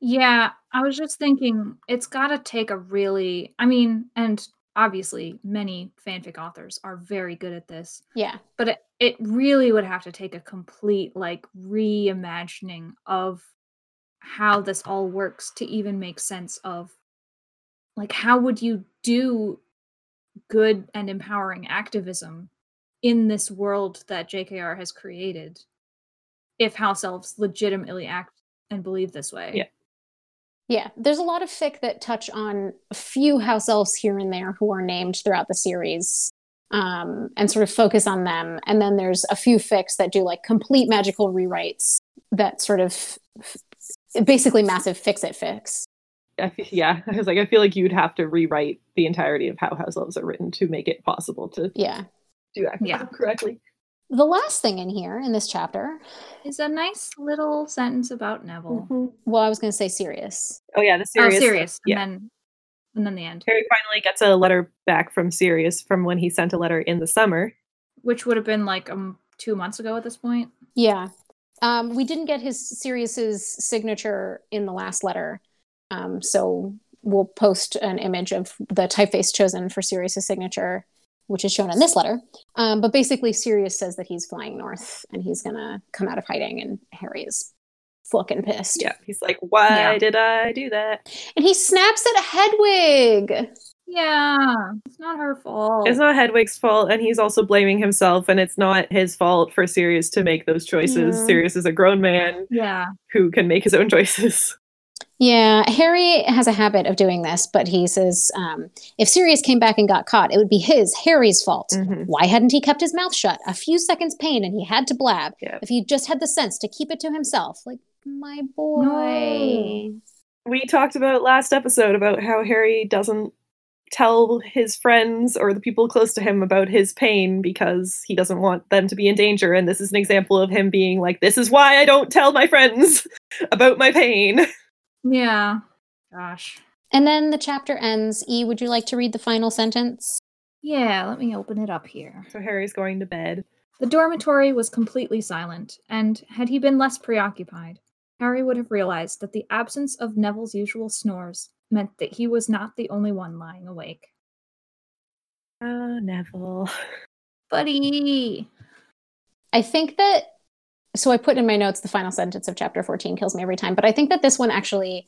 Speaker 3: Yeah, I was just thinking it's got to take a really, I mean, and obviously many fanfic authors are very good at this,
Speaker 1: Yeah.
Speaker 3: but it, it really would have to take a complete like reimagining of how this all works to even make sense of like how would you do good and empowering activism in this world that JKR has created if house elves legitimately act and believe this way.
Speaker 2: Yeah.
Speaker 1: Yeah, there's a lot of fic that touch on a few house elves here and there who are named throughout the series um, and sort of focus on them. And then there's a few fics that do like complete magical rewrites that sort of basically massive fix it fix.
Speaker 2: I fe- yeah, I was like, I feel like you'd have to rewrite the entirety of how house elves are written to make it possible to
Speaker 1: Yeah.
Speaker 2: do activism
Speaker 3: Yeah.
Speaker 2: correctly.
Speaker 1: The last thing in here in this chapter,
Speaker 3: is a nice little sentence about Neville.
Speaker 1: well, I was going to say serious.
Speaker 2: Oh yeah, the
Speaker 3: Mm-hmm. Oh,
Speaker 2: Mm-hmm. serious.
Speaker 3: serious.
Speaker 2: yeah.
Speaker 3: And then and then the end,
Speaker 2: Harry finally gets a letter back from Sirius from when he sent a letter in the summer.
Speaker 3: which would have been like um 2 months ago at this point.
Speaker 1: Yeah. Um, we didn't get his Sirius's signature in the last letter. Um, so we'll post an image of the typeface chosen for Sirius's signature, which is shown in this letter. Um, but basically, Sirius says that he's flying north and he's going to come out of hiding, and Harry is fucking pissed.
Speaker 2: Yeah, he's like, "Why
Speaker 3: Yeah.
Speaker 2: did I do that?"
Speaker 1: And he snaps at Hedwig.
Speaker 3: Yeah. It's not her fault.
Speaker 2: It's not Hedwig's fault, and he's also blaming himself, and it's not his fault for Sirius to make those choices.
Speaker 1: Yeah.
Speaker 2: Sirius is a grown man
Speaker 3: yeah.
Speaker 2: who can make his own choices.
Speaker 1: Yeah, Harry has a habit of doing this, but he says um, if Sirius came back and got caught, it would be his, Harry's fault.
Speaker 2: Mhm.
Speaker 1: Why hadn't he kept his mouth shut? A few seconds pain and he had to blab.
Speaker 2: Yeah.
Speaker 1: If he just had the sense to keep it to himself, like my boy.
Speaker 2: We talked about last episode about how Harry doesn't tell his friends or the people close to him about his pain because he doesn't want them to be in danger and this is an example of him being like this is why I don't tell my friends about my pain.
Speaker 3: Yeah. Gosh.
Speaker 1: And then the chapter ends. E, would you like to read the final sentence?
Speaker 3: Yeah, let me open it up here.
Speaker 2: So Harry's going to bed.
Speaker 3: The dormitory was completely silent, and had he been less preoccupied, Harry would have realized that the absence of Neville's usual snores meant that he was not the only one lying awake.
Speaker 2: Oh, Neville.
Speaker 3: Buddy.
Speaker 1: I think that so I put in my notes the final sentence of chapter 14 kills me every time, but I think that this one actually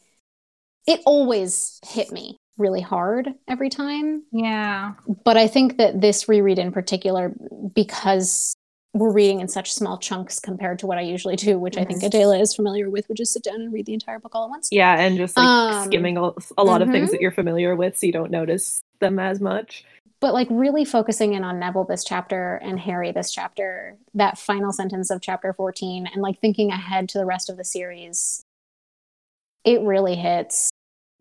Speaker 1: it always hit me really hard every time.
Speaker 3: Yeah.
Speaker 1: but I think that this reread in particular, because we're reading in such small chunks compared to what I usually do, which I think Adela is familiar with, which is sit down and read the entire book all at once.
Speaker 2: Yeah, and just like
Speaker 1: Um,
Speaker 2: skimming a, a lot of
Speaker 3: mm-hmm.
Speaker 2: things
Speaker 1: mhm.
Speaker 2: that you're familiar with so you don't notice them as much.
Speaker 1: But like really focusing in on Neville this chapter and Harry this chapter, that final sentence of chapter 14, and like thinking ahead to the rest of the series, it really hits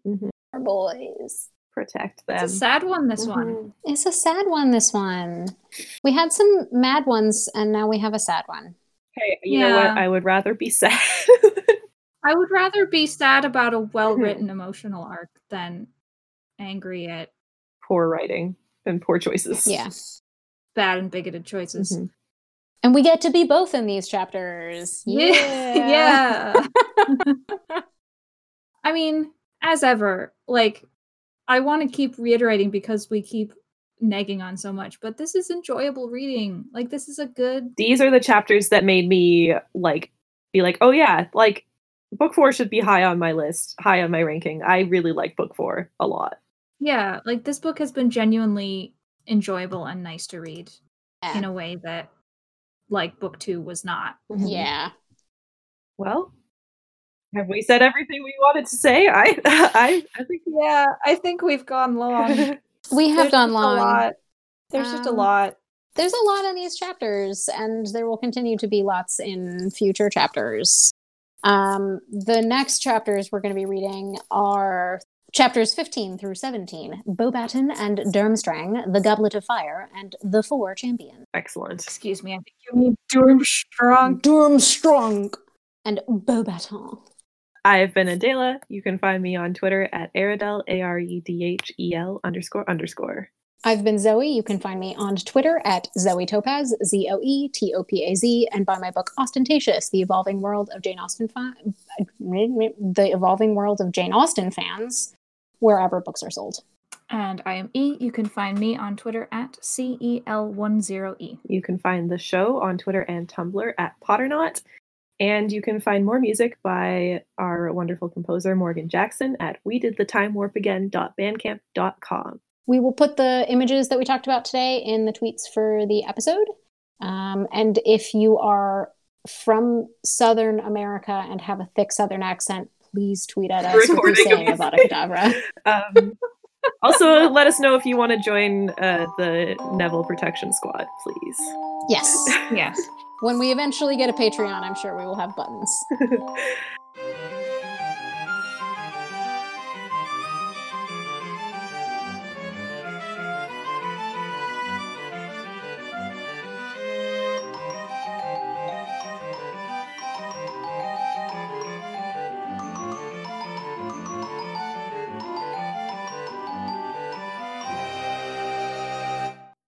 Speaker 2: Mhm.
Speaker 1: our boys.
Speaker 2: Protect them.
Speaker 3: Mm-hmm. It's a sad one, this one.
Speaker 2: Mhm.
Speaker 1: It's a sad one, this one. We had some mad ones, and now we have a sad one.
Speaker 2: Hey, you know what?
Speaker 3: Yeah.
Speaker 2: I would rather be sad.
Speaker 3: I would rather be sad about a well written emotional arc than angry at
Speaker 2: poor writing and poor choices.
Speaker 1: Yeah.
Speaker 3: bad and bigoted choices.
Speaker 2: Mhm.
Speaker 1: And we get to be both in these chapters.
Speaker 3: Yeah. yeah. I mean, as ever, like I want to keep reiterating because we keep nagging on so much, but this is enjoyable reading. Like this is a good
Speaker 2: These are the chapters that made me like be like, oh yeah, like book four should be high on my list, high on my ranking. I really like book four a lot.
Speaker 3: yeah, like this book has been genuinely enjoyable and nice to read
Speaker 1: Yeah.
Speaker 3: in a way that like book two was not.
Speaker 1: Yeah.
Speaker 2: Mm-hmm. Well, have we said everything we wanted to say? I, I, I think
Speaker 3: Yeah, I think we've gone long.
Speaker 1: We have gone long.
Speaker 3: There's just a
Speaker 1: Um,
Speaker 3: lot.
Speaker 1: There's a lot in these chapters, and there will continue to be lots in future chapters. Um, the next chapters we're going to be reading are chapters 15 through 17 Bobaton and Durmstrang, The Goblet of Fire, and The Four Champions.
Speaker 2: excellent.
Speaker 3: Excuse me. I think you mean Durm Strong.
Speaker 1: Durmstrang and Bobaton.
Speaker 2: I have been Adela. You can find me on Twitter at Aradel, A R E D H E L underscore underscore.
Speaker 1: I've been Zoe. You can find me on Twitter at Zoe Topaz, Z O E T O P A Z, and by my book Ostentatious: The Evolving World of Jane Austen, fa- the Evolving World of Jane Austen Fans, wherever books are sold.
Speaker 3: And I am E. You can find me on Twitter at E CEL10E.
Speaker 2: You can find the show on Twitter and Tumblr at Potternaut. And you can find more music by our wonderful composer Morgan Jackson at we did the time warp again.bandcamp.com.
Speaker 1: We will put the images that we talked about today in the tweets for the episode. Um, and if you are from Southern America and have a thick Southern accent, please tweet at us what you
Speaker 2: Recording
Speaker 1: say
Speaker 2: of-
Speaker 1: about a cadabra.
Speaker 2: Um, also, let us know if you want to join uh, the Neville Protection Squad, please.
Speaker 1: Yes.
Speaker 3: Yes.
Speaker 1: When we eventually get a Patreon, I'm sure we will have buttons.